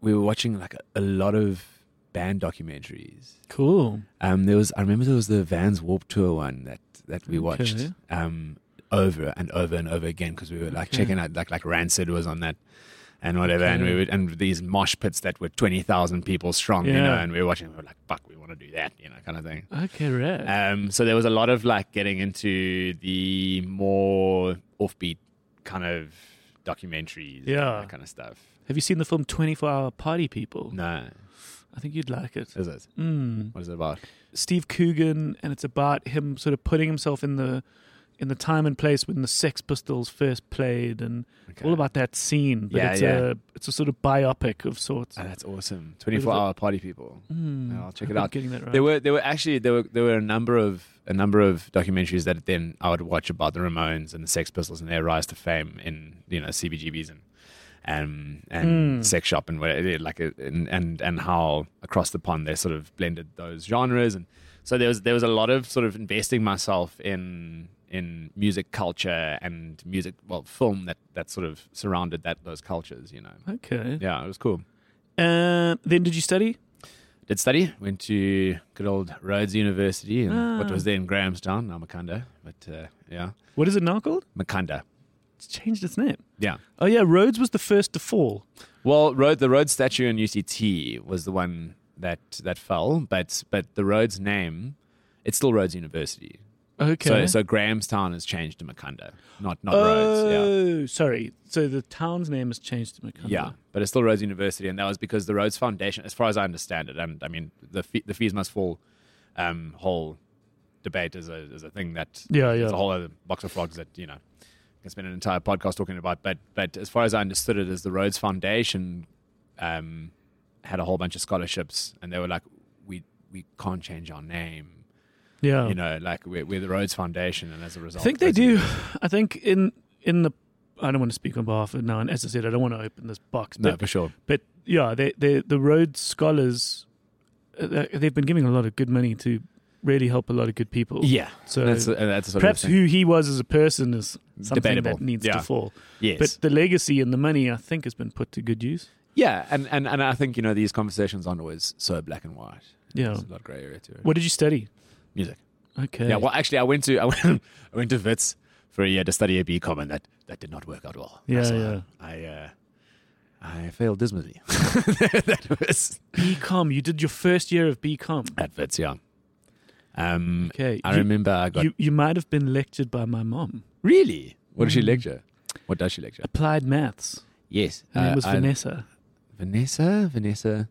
Speaker 5: we were watching like a, a lot of band documentaries.
Speaker 1: cool.
Speaker 5: Um, there was, I remember there was the Vans Warp Tour one that that we watched
Speaker 1: Okay.
Speaker 5: um, over and over and over again because we were like checking out like like Rancid was on that and whatever, and we
Speaker 1: Okay.
Speaker 5: would and these mosh pits that were twenty thousand people strong, you know,
Speaker 1: Yeah.
Speaker 5: and we were watching, we were like, "Fuck, we want to do that," you know, kind of thing.
Speaker 1: Okay, right.
Speaker 5: Um, so there was a lot of like getting into the more offbeat kind of documentaries, and
Speaker 1: Yeah.
Speaker 5: that kind of stuff.
Speaker 1: Have you seen the film Twenty Four Hour Party People?
Speaker 5: No, Uh,
Speaker 1: I think you'd like it.
Speaker 5: is it?
Speaker 1: Mm.
Speaker 5: What is it about?
Speaker 1: Steve Coogan, and it's about him sort of putting himself in the in the time and place when the Sex Pistols first played, and
Speaker 5: Okay.
Speaker 1: all about that scene. But
Speaker 5: Yeah,
Speaker 1: it's
Speaker 5: yeah.
Speaker 1: a it's a sort of biopic of sorts.
Speaker 5: Oh, that's awesome. Twenty-four hour party people.
Speaker 1: Mm.
Speaker 5: I'll check
Speaker 1: I
Speaker 5: it
Speaker 1: hope I'm
Speaker 5: out.
Speaker 1: Getting that right.
Speaker 5: There were there were actually there were there were a number of a number of documentaries that then I would watch about the Ramones and the Sex Pistols and their rise to fame in you know CBGBs and and and
Speaker 1: Mm.
Speaker 5: sex shop and where like uh, and, and and how across the pond they sort of blended those genres and so there was there was a lot of sort of investing myself in in music culture and music well film that that sort of surrounded that those cultures you know
Speaker 1: Okay.
Speaker 5: yeah it was cool
Speaker 1: Um, then did you study?
Speaker 5: did study. Went to good old Rhodes University and what
Speaker 1: Ah.
Speaker 5: was then Grahamstown, now Makanda. But uh, yeah,
Speaker 1: What is it now called?
Speaker 5: Makanda.
Speaker 1: It's changed its name.
Speaker 5: Yeah.
Speaker 1: Oh yeah, Rhodes was the first to fall.
Speaker 5: Well, Rhodes, the Rhodes statue in UCT was the one that that fell, but but the Rhodes name, it's still Rhodes University.
Speaker 1: Okay.
Speaker 5: So so Grahamstown has changed to Makanda, not not Rhodes. Yeah.
Speaker 1: oh, sorry. So the town's name has changed to Makanda.
Speaker 5: Yeah, but it's still Rhodes University, and that was because the Rhodes Foundation, as far as I understand it, and I mean the fee, the fees must fall um, whole debate is a is a thing that
Speaker 1: Yeah, yeah.
Speaker 5: It's a whole other box of frogs that you know can spend an entire podcast talking about. But but as far as I understood it, is the Rhodes Foundation um, had a whole bunch of scholarships, and they were like, we we can't change our name,
Speaker 1: Yeah.
Speaker 5: you know, like we're, we're the Rhodes Foundation, and as a
Speaker 1: Oh. I
Speaker 5: result,
Speaker 1: think they
Speaker 5: Rhodes
Speaker 1: do.
Speaker 5: University-
Speaker 1: I think in in the I don't want to speak on behalf of no, and as I said, I don't want to open this box,
Speaker 5: No,
Speaker 1: but
Speaker 5: for sure.
Speaker 1: but yeah, they they the Rhodes scholars uh, they- they've been giving a lot of good money to really help a lot of good people.
Speaker 5: Yeah,
Speaker 1: So
Speaker 5: that's a, and that's a sort
Speaker 1: perhaps
Speaker 5: of thing.
Speaker 1: who he was as a person is something
Speaker 5: Debatable.
Speaker 1: that needs
Speaker 5: Yeah.
Speaker 1: to fall.
Speaker 5: yes.
Speaker 1: But the legacy and the money, I think, has been put to good use.
Speaker 5: Yeah, and, and, and I think, you know, these conversations aren't always so black and white.
Speaker 1: Yeah.
Speaker 5: There's a lot of grey area to it.
Speaker 1: Oh. What did you study?
Speaker 5: Music.
Speaker 1: Okay.
Speaker 5: Yeah, well, actually, I went to I went, I went to Wits for a year to study a BCom, and that, that did not work out well.
Speaker 1: Yeah,
Speaker 5: So
Speaker 1: yeah.
Speaker 5: I, uh, I failed dismally. that was
Speaker 1: BCom. You did your first year of BCom.
Speaker 5: at Wits, yeah. Um,
Speaker 1: Okay.
Speaker 5: Uh, I
Speaker 1: you,
Speaker 5: remember I got...
Speaker 1: you, you might have been lectured by my mom.
Speaker 5: really? What does she lecture? What does she lecture?
Speaker 1: Applied maths.
Speaker 5: Yes.
Speaker 1: Her Mm. name was
Speaker 5: Uh, I-
Speaker 1: Vanessa.
Speaker 5: Vanessa, Vanessa,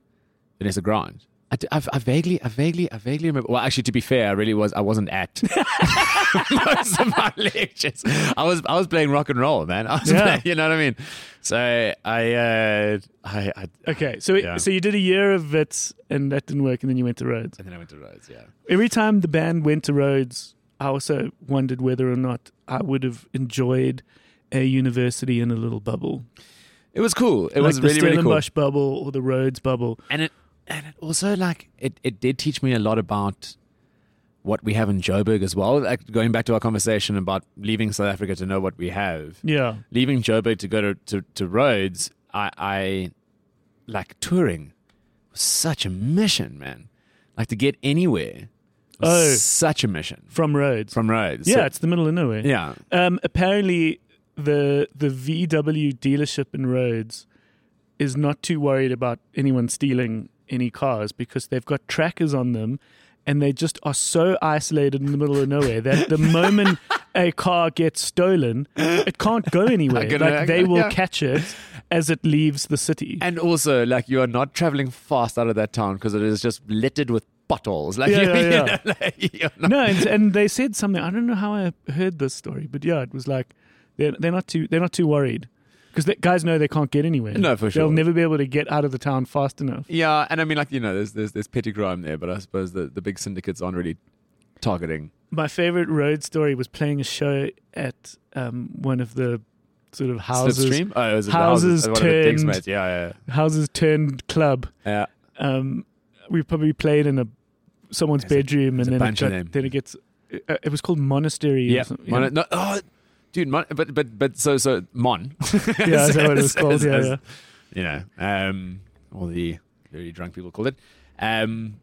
Speaker 5: Vanessa Grant. I, d- I've- I vaguely, I vaguely, I vaguely remember. Well, actually, to be fair, I really was. I wasn't at most of my lectures. I was, I was playing rock and roll, man. I was
Speaker 1: Yeah.
Speaker 5: playing- you know what I mean. So I, uh, I, I,
Speaker 1: Okay, so it,
Speaker 5: Yeah.
Speaker 1: so you did a year of Vits and that didn't work, and then you went to Rhodes.
Speaker 5: and then I went to Rhodes. Yeah.
Speaker 1: Every time the band went to Rhodes, I also wondered whether or not I would have enjoyed a university in a little bubble.
Speaker 5: It was cool. It
Speaker 1: like
Speaker 5: was
Speaker 1: the
Speaker 5: really, really cool.
Speaker 1: Stellenbosch bubble or the Rhodes bubble.
Speaker 5: and it and it also like it, it did teach me a lot about what we have in Joburg as well. Like going back to our conversation about leaving South Africa to know what we have.
Speaker 1: Yeah,
Speaker 5: leaving Joburg to go to, to, to Rhodes, I, I like touring was such a mission, man. Like to get anywhere was
Speaker 1: Oh.
Speaker 5: such a mission
Speaker 1: from Rhodes.
Speaker 5: from Rhodes.
Speaker 1: yeah,
Speaker 5: So-
Speaker 1: it's the middle of nowhere.
Speaker 5: yeah.
Speaker 1: Um, apparently, the the VW dealership in Rhodes is not too worried about anyone stealing any cars because they've got trackers on them, and they just are so isolated in the middle of nowhere that the moment a car gets stolen, it can't go anywhere.
Speaker 5: can- I
Speaker 1: Like they
Speaker 5: can-
Speaker 1: will
Speaker 5: yeah.
Speaker 1: catch it as it leaves the city.
Speaker 5: And also, like, you are not traveling fast out of that town because it is just littered with potholes. Like,
Speaker 1: Yeah,
Speaker 5: you,
Speaker 1: yeah,
Speaker 5: you
Speaker 1: yeah.
Speaker 5: know, like, you're not-
Speaker 1: no, and, and they said something. I don't know how I heard this story, but yeah, it was like they're, they're not too they're not too worried because guys know they can't get anywhere.
Speaker 5: No, for sure.
Speaker 1: They'll never be able to get out of the town fast enough.
Speaker 5: Yeah, and I mean, like you know, there's there's there's petty crime there, but I suppose the, the big syndicates aren't really targeting.
Speaker 1: My favorite road story was playing a show at um, one of the sort of houses
Speaker 5: Slipstream? Oh, it was
Speaker 1: houses
Speaker 5: the houses one of the things,
Speaker 1: turned-
Speaker 5: mate. Yeah,
Speaker 1: houses turned club.
Speaker 5: yeah, yeah.
Speaker 1: Um, we probably played in a someone's
Speaker 5: There's a-
Speaker 1: bedroom,
Speaker 5: there's a
Speaker 1: and then it,
Speaker 5: bunch of
Speaker 1: got-
Speaker 5: them.
Speaker 1: then it gets. uh, It was called monastery. or
Speaker 5: Yeah.
Speaker 1: something.
Speaker 5: Mon, no, oh, dude, Mon, but but but so so Mon.
Speaker 1: yeah, is that what it was called?
Speaker 5: As-
Speaker 1: Yeah,
Speaker 5: as-
Speaker 1: yeah.
Speaker 5: You know, um, all the very drunk people called it. Um,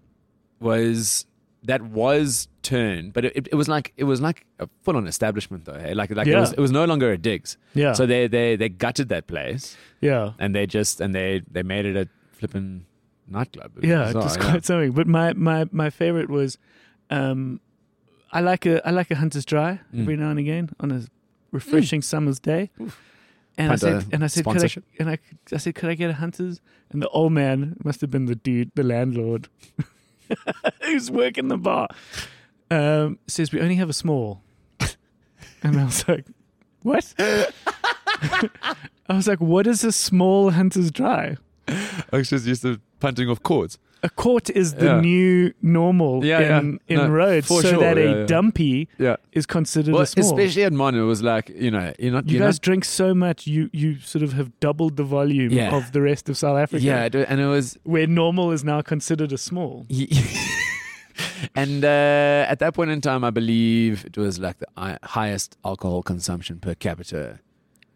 Speaker 5: was that was turned, but it, it was like it was like a full on establishment though. Hey? Like like
Speaker 1: Yeah.
Speaker 5: it was it was no longer a digs.
Speaker 1: Yeah.
Speaker 5: So they they they gutted that place
Speaker 1: yeah.
Speaker 5: and they just and they they made it a flipping nightclub. It was
Speaker 1: Yeah, it
Speaker 5: bizarre,
Speaker 1: was
Speaker 5: yeah.
Speaker 1: quite something. But my my my favorite was, um, I like a I like a hunter's dry
Speaker 5: Mm.
Speaker 1: every now and again on a refreshing summer's day. And I
Speaker 5: Hunter
Speaker 1: said, and I said, could I,
Speaker 5: sponsorship.
Speaker 1: and I, I said, could I get a hunter's? And the old man must have been the dude, the landlord, who's working the bar, um, says we only have a small. and I was like, what? I was like, what is a small hunter's dry?
Speaker 5: I was just used to punting off cords.
Speaker 1: a court is the
Speaker 5: Yeah.
Speaker 1: new normal
Speaker 5: Yeah,
Speaker 1: in,
Speaker 5: yeah.
Speaker 1: in
Speaker 5: No,
Speaker 1: roads, so
Speaker 5: for sure.
Speaker 1: that a
Speaker 5: Yeah, yeah.
Speaker 1: dumpy
Speaker 5: Yeah.
Speaker 1: is considered
Speaker 5: Well,
Speaker 1: a small.
Speaker 5: especially at Mon, it was like you know you're not
Speaker 1: you
Speaker 5: you're
Speaker 1: guys
Speaker 5: not-
Speaker 1: drink so much, you you sort of have doubled the volume
Speaker 5: Yeah.
Speaker 1: of the rest of South Africa,
Speaker 5: yeah, it- and it was
Speaker 1: where normal is now considered a small.
Speaker 5: and uh, at that point in time, I believe it was like the hi- highest alcohol consumption per capita,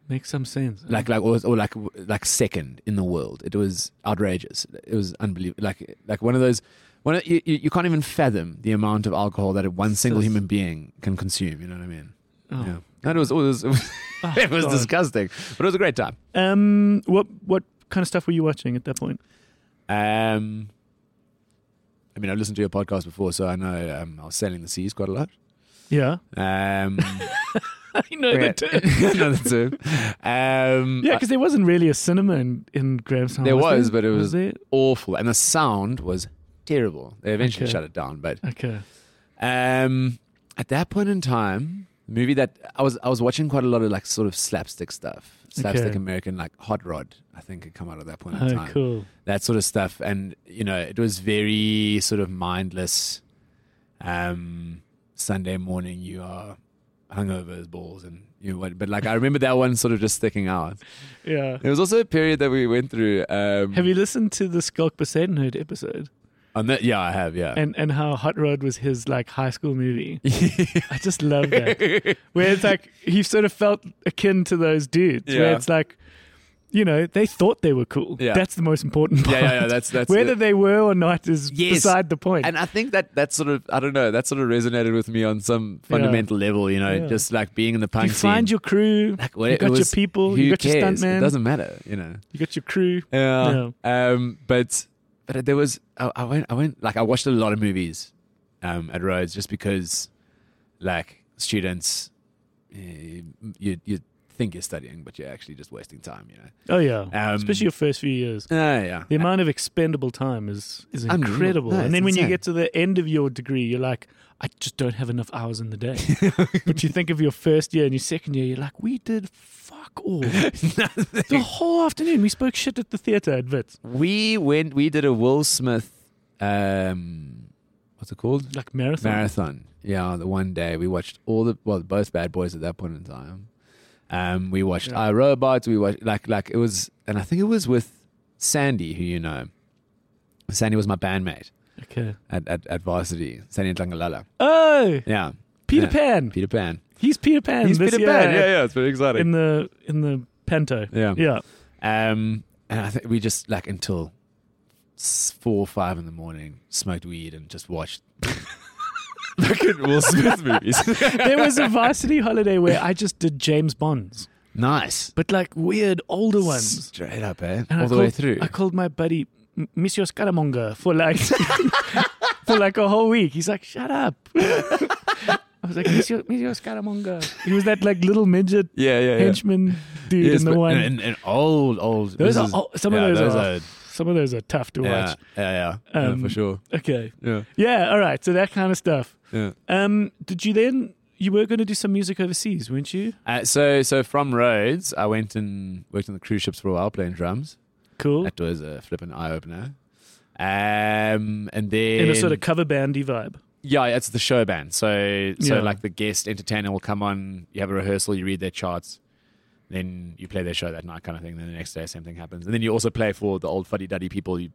Speaker 1: Makes some sense.
Speaker 5: like like or, or like like second in the world. It was outrageous. It was unbelievable. Like like one of those. One of, you, you you can't even fathom the amount of alcohol that one single human being can consume. You know what I mean?
Speaker 1: Oh.
Speaker 5: Yeah. And it was it was, it was,
Speaker 1: Oh,
Speaker 5: it was
Speaker 1: God.
Speaker 5: disgusting, but it was a great time.
Speaker 1: Um, what what kind of stuff were you watching at that point?
Speaker 5: Um, I mean, I've listened to your podcast before, so I know um, I was sailing the seas quite a lot.
Speaker 1: Yeah,
Speaker 5: Um,
Speaker 1: I know
Speaker 5: yeah.
Speaker 1: that too.
Speaker 5: Another two. Um,
Speaker 1: Yeah,
Speaker 5: I-
Speaker 1: because there wasn't really a cinema in in Grahamstown.
Speaker 5: there was, but it was,
Speaker 1: there?
Speaker 5: awful, and the sound was terrible. They eventually
Speaker 1: Okay.
Speaker 5: shut it down, but
Speaker 1: Okay.
Speaker 5: um, at that point in time, the movie that I was I was watching quite a lot of like sort of slapstick stuff, slapstick
Speaker 1: Okay.
Speaker 5: American like Hot Rod. I think had come out at that point in
Speaker 1: Oh,
Speaker 5: time.
Speaker 1: cool.
Speaker 5: that sort of stuff and you know it was very sort of mindless um sunday morning you are hungover as balls and you know what but like i remember that one sort of just sticking out
Speaker 1: Yeah.
Speaker 5: there was also a period that we went through um
Speaker 1: Have you listened to the Skulk Poseidon Hood episode?
Speaker 5: on that yeah i have yeah
Speaker 1: and and how Hot Rod was his like high school movie. I just love that. Where it's like he sort of felt akin to those dudes. Where
Speaker 5: Yeah.
Speaker 1: it's like, you know, they thought they were cool.
Speaker 5: Yeah.
Speaker 1: That's the most important part.
Speaker 5: yeah yeah yeah that's that's
Speaker 1: Whether they were or not is
Speaker 5: Yes.
Speaker 1: beside the point.
Speaker 5: and I think that that sort of I don't know that sort of resonated with me on some fundamental level, you know,
Speaker 1: Yeah.
Speaker 5: just like being in the punk
Speaker 1: you find
Speaker 5: scene.
Speaker 1: your crew.
Speaker 5: like, well,
Speaker 1: you
Speaker 5: it
Speaker 1: got your
Speaker 5: was-
Speaker 1: people.
Speaker 5: who
Speaker 1: You got your
Speaker 5: cares? It
Speaker 1: stuntman.
Speaker 5: doesn't matter, you know.
Speaker 1: You got your crew.
Speaker 5: Yeah. Um, but but there was I, I went I went like I watched a lot of movies um, at Rhodes just because like students eh, you you think you're studying but you're actually just wasting time you know
Speaker 1: Oh yeah.
Speaker 5: Um,
Speaker 1: Especially your first few years.
Speaker 5: uh, yeah
Speaker 1: The amount of expendable time is is
Speaker 5: Unreal.
Speaker 1: incredible.
Speaker 5: No,
Speaker 1: and
Speaker 5: it's
Speaker 1: then when you
Speaker 5: insane.
Speaker 1: get to the end of your degree, you're like, I just don't have enough hours in the day. but you think of your first year and your second year, you're like, we did fuck all. the whole afternoon. We spoke shit at the theatre at Wits.
Speaker 5: we went we did a Will Smith um, what's it called
Speaker 1: Like marathon.
Speaker 5: marathon. Yeah, the one day we watched all the well, both Bad Boys at that point in time. Um, we watched
Speaker 1: Yeah.
Speaker 5: I Robot. We watched like like it was, and I think it was with Sandy, who you know. Sandy was my bandmate
Speaker 1: Okay.
Speaker 5: at at, at varsity. Sandy Tlangalala.
Speaker 1: Oh
Speaker 5: Yeah,
Speaker 1: Peter
Speaker 5: Yeah.
Speaker 1: Pan.
Speaker 5: Peter Pan.
Speaker 1: He's Peter Pan.
Speaker 5: He's
Speaker 1: this
Speaker 5: Peter
Speaker 1: year
Speaker 5: Pan. Yeah, yeah, it's very exciting.
Speaker 1: In the in the panto.
Speaker 5: yeah.
Speaker 1: Yeah.
Speaker 5: Um, and I think we just like until s- four or five in the morning smoked weed and just watched. Fucking Will Smith movies.
Speaker 1: there was a varsity holiday where I just did James Bonds.
Speaker 5: nice.
Speaker 1: But like weird older ones.
Speaker 5: Straight up, eh?
Speaker 1: And
Speaker 5: All
Speaker 1: I
Speaker 5: the
Speaker 1: called,
Speaker 5: way through.
Speaker 1: I called my buddy M- Monsieur Scaramonga for like for like a whole week. He's like, shut up. I was like, Monsieur, Monsieur Scaramonga. He was that like little midget
Speaker 5: Yeah, yeah, yeah.
Speaker 1: henchman dude
Speaker 5: Yes,
Speaker 1: in the
Speaker 5: but-
Speaker 1: one.
Speaker 5: and, and old, old.
Speaker 1: those
Speaker 5: this
Speaker 1: are
Speaker 5: is-
Speaker 1: all- some
Speaker 5: yeah,
Speaker 1: of those, are, some of those are tough to
Speaker 5: yeah,
Speaker 1: watch.
Speaker 5: yeah, yeah, yeah,
Speaker 1: Um,
Speaker 5: for sure.
Speaker 1: Okay,
Speaker 5: Yeah,
Speaker 1: yeah, all right. So that kind of stuff.
Speaker 5: yeah.
Speaker 1: Um, did you then? you were going to do some music overseas, weren't you?
Speaker 5: Uh, so, so from Rhodes, I went and worked on the cruise ships for a while playing drums.
Speaker 1: Cool.
Speaker 5: That was a flippin' eye opener. Um, and then
Speaker 1: In a sort of cover bandy vibe.
Speaker 5: yeah, it's the show band. So, so
Speaker 1: Yeah.
Speaker 5: like the guest entertainer will come on. You have a rehearsal. You read their charts. Then you play their show that night, kind of thing. Then the next day, same thing happens. And then you also play for the old fuddy duddy people, you,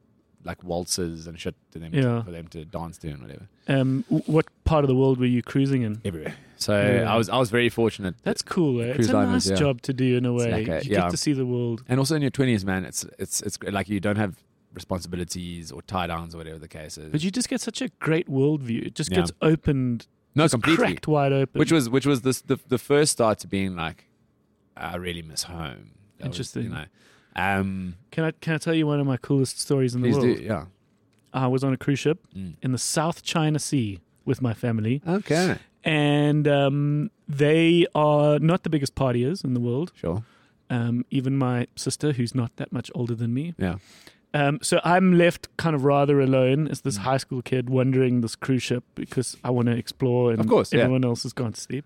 Speaker 5: like waltzes and shit to them
Speaker 1: Yeah.
Speaker 5: for them to dance to and whatever.
Speaker 1: Um, w- what part of the world were you cruising in?
Speaker 5: Everywhere. So
Speaker 1: Yeah.
Speaker 5: I was I was very fortunate.
Speaker 1: That's cool. Eh? It's
Speaker 5: cruise
Speaker 1: a
Speaker 5: line
Speaker 1: nice
Speaker 5: is, yeah.
Speaker 1: job to do in a way.
Speaker 5: like a-
Speaker 1: you
Speaker 5: yeah.
Speaker 1: get to see the world.
Speaker 5: and also in your twenties, man, it's it's it's great. like you don't have responsibilities or tie downs or whatever the case is.
Speaker 1: But you just get such a great worldview. It just
Speaker 5: Yeah.
Speaker 1: gets opened,
Speaker 5: no,
Speaker 1: just
Speaker 5: completely.
Speaker 1: cracked wide open.
Speaker 5: which was which was the the, the first start to being like, I really miss home. That was,
Speaker 1: Interesting.
Speaker 5: you know, um,
Speaker 1: can I can I tell you one of my coolest stories in the
Speaker 5: please
Speaker 1: world?
Speaker 5: do, yeah.
Speaker 1: I was on a cruise ship
Speaker 5: Mm.
Speaker 1: in the South China Sea with my family,
Speaker 5: Okay,
Speaker 1: and um, they are not the biggest partiers in the world.
Speaker 5: sure.
Speaker 1: Um, even my sister, who's not that much older than me,
Speaker 5: Yeah,
Speaker 1: Um, so I'm left kind of rather alone as this high school kid wandering this cruise ship because I want to explore and
Speaker 5: Of course, yeah.
Speaker 1: everyone else has gone to sleep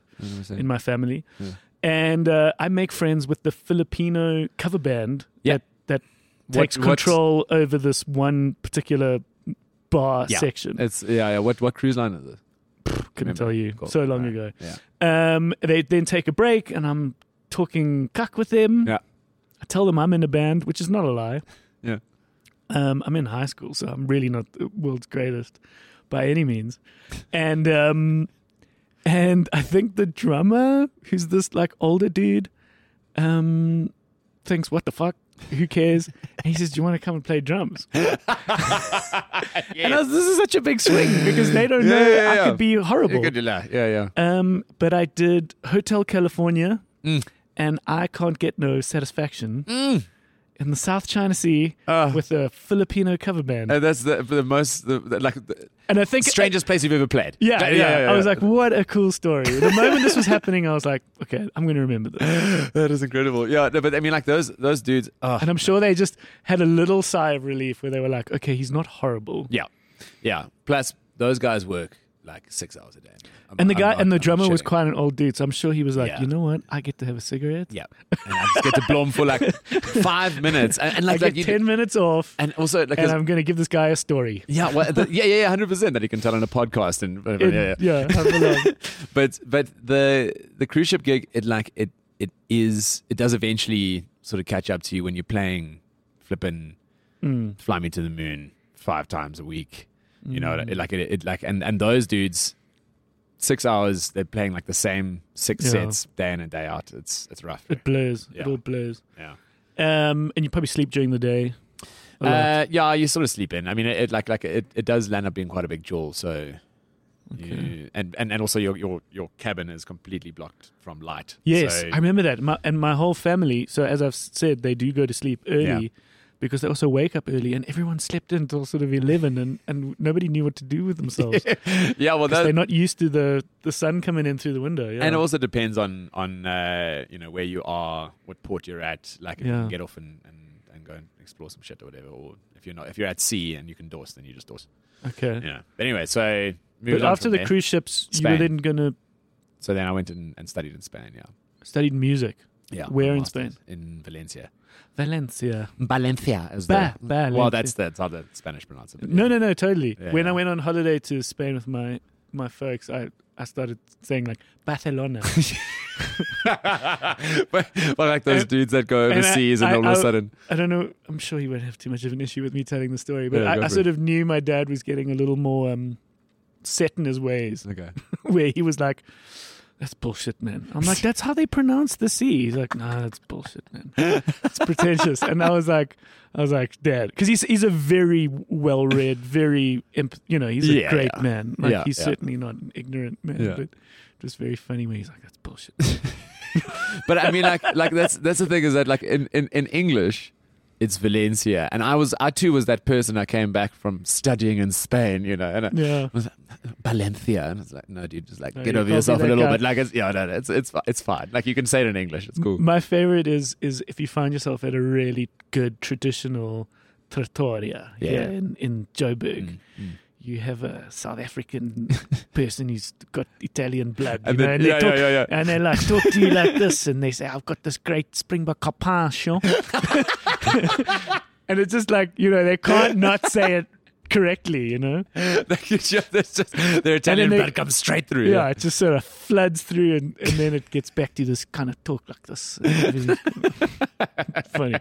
Speaker 1: in my family.
Speaker 5: Yeah.
Speaker 1: And uh, I make friends with the Filipino cover band
Speaker 5: Yeah.
Speaker 1: that, that
Speaker 5: What-
Speaker 1: takes
Speaker 5: what's-
Speaker 1: control over this one particular bar
Speaker 5: Yeah.
Speaker 1: section.
Speaker 5: It's yeah, yeah. What what cruise line is it?
Speaker 1: Couldn't
Speaker 5: remember.
Speaker 1: tell you.
Speaker 5: Cool.
Speaker 1: So long
Speaker 5: Right.
Speaker 1: ago.
Speaker 5: Yeah.
Speaker 1: Um, they then take a break and I'm talking cuck with them.
Speaker 5: Yeah.
Speaker 1: I tell them I'm in a band, which is not a lie.
Speaker 5: Yeah.
Speaker 1: Um, I'm in high school, so I'm really not the world's greatest by any means. And um, and I think the drummer, who's this like older dude, um, thinks, "What the fuck? Who cares?" And he says, "Do you want to come and play drums?" And I was, this is such a big swing because they don't know
Speaker 5: yeah,
Speaker 1: I
Speaker 5: yeah.
Speaker 1: could be horrible.
Speaker 5: yeah, yeah.
Speaker 1: Um, but I did Hotel California,
Speaker 5: Mm.
Speaker 1: and I can't get no satisfaction in the South China Sea
Speaker 5: Ah.
Speaker 1: Uh, with a Filipino cover band.
Speaker 5: And uh, that's the the most the, the- like the
Speaker 1: and I think
Speaker 5: strangest place you've ever played.
Speaker 1: yeah, yeah, I was like, what a cool story. The moment this was happening, I was like, okay, I'm going to remember this.
Speaker 5: that is incredible. Yeah, no, but I mean, like those those dudes. Oh,
Speaker 1: And I'm sure they just had a little sigh of relief where they were like, okay, he's not horrible.
Speaker 5: yeah, yeah. Plus, those guys work like six hours a day. I'm-
Speaker 1: And the
Speaker 5: I'm
Speaker 1: guy
Speaker 5: not-
Speaker 1: and the
Speaker 5: I'm not
Speaker 1: drummer was
Speaker 5: shitting.
Speaker 1: quite an old dude, so I'm sure he was like,
Speaker 5: Yeah.
Speaker 1: you know what? I get to have a cigarette.
Speaker 5: Yeah, and I just get to blow 'em for like five minutes, and, and
Speaker 1: I
Speaker 5: like, like
Speaker 1: get
Speaker 5: you,
Speaker 1: ten minutes off,
Speaker 5: and also like
Speaker 1: and
Speaker 5: as-
Speaker 1: I'm going to give this guy a story.
Speaker 5: yeah, well, the, yeah, yeah, yeah, hundred percent that he can tell on a podcast and whatever,
Speaker 1: In-
Speaker 5: yeah, yeah.
Speaker 1: yeah, I belong.
Speaker 5: But but the the cruise ship gig, it like it it is it does eventually sort of catch up to you when you're playing flipping
Speaker 1: Mm.
Speaker 5: fly me to the moon five times a week. You know,
Speaker 1: Mm.
Speaker 5: it- like it, it like and and those dudes. Six hours, they're playing like the same six
Speaker 1: Yeah.
Speaker 5: sets day in and day out. It's it's rough.
Speaker 1: It blurs. It
Speaker 5: Yeah.
Speaker 1: all blurs.
Speaker 5: Yeah.
Speaker 1: Um, and you probably sleep during the day. a lot.
Speaker 5: Uh, yeah, you sort of sleep in. I mean, it, it like like it, it does land up being quite a big jaw. So, you, and, and and also your your your cabin is completely blocked from light.
Speaker 1: yes,
Speaker 5: So-
Speaker 1: I remember that. My, and my whole family. So as I've s- said, they do go to sleep early
Speaker 5: Yeah.
Speaker 1: because they also wake up early, and everyone slept until sort of eleven, and, and nobody knew what to do with themselves because
Speaker 5: yeah, well, that,
Speaker 1: they're not used to the the sun coming in through the window. Yeah.
Speaker 5: and it also depends on on uh, you know where you are, what port you're at. Like if you
Speaker 1: Yeah.
Speaker 5: can get off and, and and go and explore some shit or whatever, or if you're not if you're at sea and you can dorse, then you just dorse.
Speaker 1: okay.
Speaker 5: Yeah. But anyway, so moving
Speaker 1: But
Speaker 5: on
Speaker 1: after
Speaker 5: from
Speaker 1: the
Speaker 5: there.
Speaker 1: cruise ships, you
Speaker 5: Spain.
Speaker 1: were then going to
Speaker 5: so then I went and, and studied in Spain. Yeah.
Speaker 1: studied music.
Speaker 5: Yeah.
Speaker 1: Where
Speaker 5: my
Speaker 1: in
Speaker 5: master's In Valencia.
Speaker 1: Valencia.
Speaker 5: Valencia as
Speaker 1: Ba-
Speaker 5: well.
Speaker 1: Valencia.
Speaker 5: Well, that's that's how the Spanish pronounce it.
Speaker 1: No, no, no, totally.
Speaker 5: Yeah,
Speaker 1: when I
Speaker 5: yeah.
Speaker 1: went on holiday to Spain with my my folks, I I started saying like Barcelona.
Speaker 5: but, but like those
Speaker 1: And-
Speaker 5: dudes that go
Speaker 1: and I-
Speaker 5: overseas and,
Speaker 1: I-
Speaker 5: all of
Speaker 1: I-
Speaker 5: a sudden,
Speaker 1: I don't know. I'm sure he won't have too much of an issue with me telling the story, but
Speaker 5: Yeah, go
Speaker 1: I, I
Speaker 5: for
Speaker 1: sort of knew my dad was getting a little more um, set in his ways,
Speaker 5: okay,
Speaker 1: where he was like, "That's bullshit, man." I'm like, "That's how they pronounce the C." He's like, "Nah, that's bullshit, man. It's pretentious." and I was like, "I was like, Dad," because he's he's a very well-read, very imp- you know, he's a
Speaker 5: Yeah,
Speaker 1: great
Speaker 5: yeah.
Speaker 1: man. Like
Speaker 5: Yeah,
Speaker 1: he's
Speaker 5: yeah.
Speaker 1: certainly not an ignorant man,
Speaker 5: Yeah.
Speaker 1: but just very funny when he's like, "That's bullshit."
Speaker 5: but I mean, like, like that's that's the thing is that like in, in, in English, it's Valencia, and I was I too was that person. I came back from studying in Spain, you know, and I,
Speaker 1: yeah.
Speaker 5: was like, Valencia, and it's like, no, dude, just like
Speaker 1: No,
Speaker 5: get
Speaker 1: you can't
Speaker 5: over
Speaker 1: be
Speaker 5: yourself a
Speaker 1: that
Speaker 5: little
Speaker 1: guy.
Speaker 5: bit. Like, it's yeah, no, no, it's it's fi- it's fine. Like you can say it in English, it's cool.
Speaker 1: My favorite is is if you find yourself at a really good traditional trattoria
Speaker 5: Yeah. Mm,
Speaker 1: here in in Joburg, you have a South African person who's got Italian blood, you
Speaker 5: And
Speaker 1: know,
Speaker 5: then-
Speaker 1: and they
Speaker 5: yeah,
Speaker 1: talk,
Speaker 5: yeah, yeah, yeah.
Speaker 1: and they like talk to you like this, and they say, "I've got this great Springbok carpaccio," and it's just like you know they can't not say it correctly, you know.
Speaker 5: It's just- it's just- their Italian
Speaker 1: they-
Speaker 5: blood comes straight through.
Speaker 1: Yeah, it just sort of floods through, and, and then it gets back to this kind of talk like this. Funny,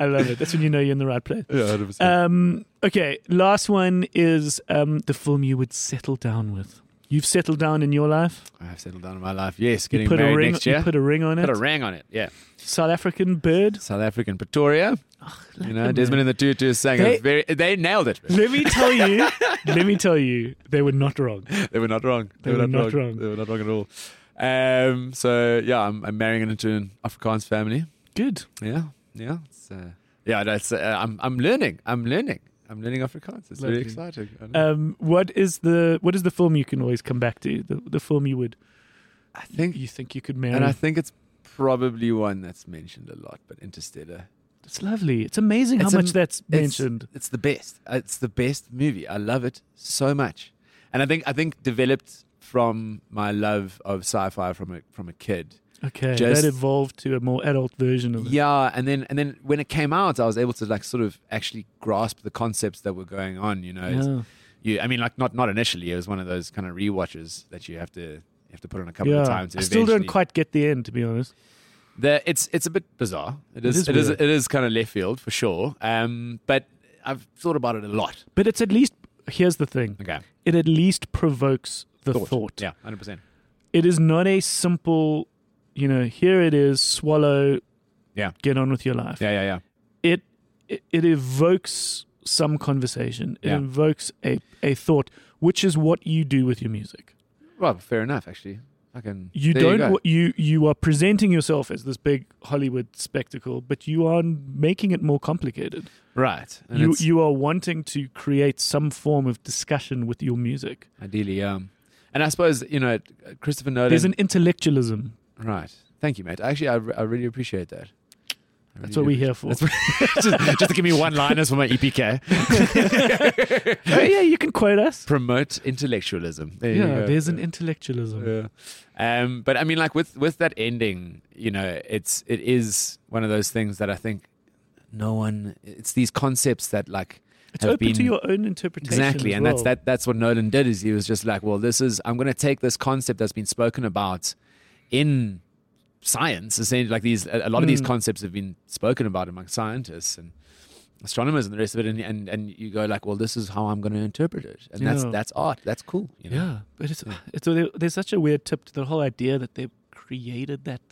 Speaker 1: I love it. That's when you know you're in the right place.
Speaker 5: yeah, 100%.
Speaker 1: Um, okay, last one is um, the film you would settle down with. You've settled down in your life.
Speaker 5: I have settled down in my life. Yes,
Speaker 1: You
Speaker 5: getting
Speaker 1: put a
Speaker 5: married
Speaker 1: ring.
Speaker 5: next year.
Speaker 1: You put a ring on it.
Speaker 5: Put a ring on it. Yeah,
Speaker 1: South African bird.
Speaker 5: South African Pretoria. you know,
Speaker 1: them,
Speaker 5: Desmond and the Tutu sang.
Speaker 1: They-
Speaker 5: They, very, they nailed it.
Speaker 1: Let me tell you. let me tell you. They were not wrong.
Speaker 5: They were not wrong.
Speaker 1: They were not wrong.
Speaker 5: They were not wrong at all. Um, so yeah, I'm, I'm marrying into an Afrikaans family.
Speaker 1: Good.
Speaker 5: Yeah, yeah, it's, uh, yeah. That's uh, I'm I'm learning. I'm learning. I'm learning Afrikaans. It's
Speaker 1: Lovely.
Speaker 5: very exciting. I know.
Speaker 1: Um, what is the what is the film you can always come back to? The, the film you would
Speaker 5: I think,
Speaker 1: you think you could marry?
Speaker 5: and I think it's probably one that's mentioned a lot, but Interstellar.
Speaker 1: it's lovely. It's amazing
Speaker 5: It's
Speaker 1: how
Speaker 5: am-
Speaker 1: much that's
Speaker 5: It's-
Speaker 1: mentioned.
Speaker 5: It's, the best. Uh, It's the best movie. I love it so much, and I think I think developed from my love of sci-fi from a from a kid.
Speaker 1: Okay,
Speaker 5: just-
Speaker 1: that evolved to a more adult version of it.
Speaker 5: Yeah, and then and then when it came out, I was able to like sort of actually grasp the concepts that were going on. You know, It's-
Speaker 1: Yeah.
Speaker 5: you I mean, like not not initially. It was one of those kind of rewatches that you have to you have to put on a couple
Speaker 1: Yeah.
Speaker 5: of times.
Speaker 1: I still don't
Speaker 5: eventually-
Speaker 1: quite get the end, to be honest.
Speaker 5: The, it's it's a bit bizarre. It
Speaker 1: is
Speaker 5: is it is,
Speaker 1: weird.
Speaker 5: it is kind of left field for sure. Um, but I've thought about it a lot.
Speaker 1: But it's at least here's the thing.
Speaker 5: Okay,
Speaker 1: It at least provokes the thought.
Speaker 5: Yeah, hundred percent.
Speaker 1: It is not a simple, you know, here it is, swallow,
Speaker 5: Yeah.
Speaker 1: get on with your life.
Speaker 5: Yeah, yeah, yeah.
Speaker 1: It, it it evokes some conversation. It
Speaker 5: Yeah.
Speaker 1: evokes a, a thought, which is what you do with your music.
Speaker 5: Well, fair enough. Actually, I can.
Speaker 1: You
Speaker 5: there
Speaker 1: don't
Speaker 5: go.
Speaker 1: wa- you, you are presenting yourself as this big Hollywood spectacle, but you are making it more complicated.
Speaker 5: right. And
Speaker 1: you
Speaker 5: it's
Speaker 1: you are wanting to create some form of discussion with your music.
Speaker 5: ideally, um, and I suppose you know Christopher Nolan.
Speaker 1: There's an intellectualism
Speaker 5: Right. Thank you, mate. Actually, I, re- I really appreciate that. I
Speaker 1: That's what
Speaker 5: really
Speaker 1: we're here for.
Speaker 5: do. just, just to give me one liners for my E EPK.
Speaker 1: Oh, yeah, you can quote us.
Speaker 5: Promote intellectualism. There you
Speaker 1: yeah,
Speaker 5: go.
Speaker 1: there's an intellectualism.
Speaker 5: Yeah. Um, but I mean, like with with that ending, you know, it's it is one of those things that I think no one. It's these concepts that like
Speaker 1: It's
Speaker 5: have
Speaker 1: open
Speaker 5: been
Speaker 1: to your own interpretation.
Speaker 5: exactly
Speaker 1: as
Speaker 5: and that's
Speaker 1: well.
Speaker 5: that that's what nolan did is he was just like well this is i'm going to take this concept that's been spoken about in science essentially like these a, a lot of these
Speaker 1: Mm.
Speaker 5: concepts have been spoken about among scientists and astronomers and the rest of it and and, and you go like well this is how i'm going to interpret it and that's
Speaker 1: Yeah.
Speaker 5: that's art that's cool you know?
Speaker 1: Yeah, but it's, it's there- there's such a weird tip to the whole idea that they created that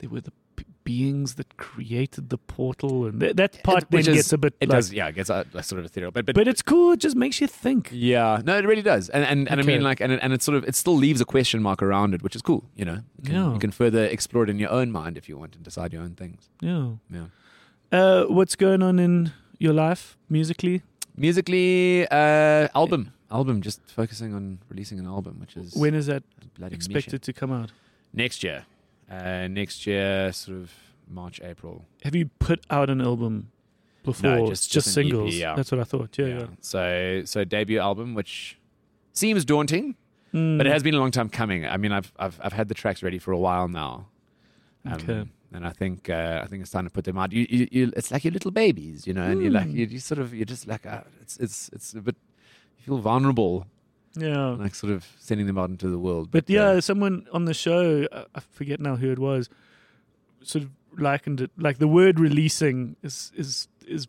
Speaker 1: they were the p- beings that created the portal, and th- that part then
Speaker 5: which is-
Speaker 1: gets a bit.
Speaker 5: it
Speaker 1: like-
Speaker 5: does yeah it gets uh, like, sort of ethereal but but,
Speaker 1: but it's cool. It just makes you think.
Speaker 5: yeah no it really does and and, and i
Speaker 1: Okay.
Speaker 5: mean like and, it- and it sort of it still leaves a question mark around it which is cool you know you can,
Speaker 1: Yeah.
Speaker 5: you can further explore it in your own mind if you want and decide your own things
Speaker 1: Yeah.
Speaker 5: yeah
Speaker 1: Uh, what's going on in your life musically?
Speaker 5: Musically, uh, album, album. Just focusing on releasing an album, which is
Speaker 1: When is that
Speaker 5: a bloody
Speaker 1: expected
Speaker 5: mission.
Speaker 1: to come out?
Speaker 5: next year. Uh, next year, sort of March, April.
Speaker 1: Have you put out an album before?
Speaker 5: just- just an EP,
Speaker 1: singles.
Speaker 5: yeah.
Speaker 1: That's what I thought. Yeah, yeah.
Speaker 5: So, so debut album, which seems daunting,
Speaker 1: Mm.
Speaker 5: but it has been a long time coming. I mean, I've I've I've had the tracks ready for a while now. um,
Speaker 1: Okay.
Speaker 5: And I think uh, I think it's time to put them out. You, you, you it's like your little babies, you know, and you're like
Speaker 1: Mm.
Speaker 5: you, you sort of you're just like uh, it's it's it's a bit you feel vulnerable,
Speaker 1: Yeah.
Speaker 5: like sort of sending them out into the world.
Speaker 1: But
Speaker 5: uh,
Speaker 1: yeah, someone on the show, I- I forget now who it was, sort of likened it like the word releasing is is is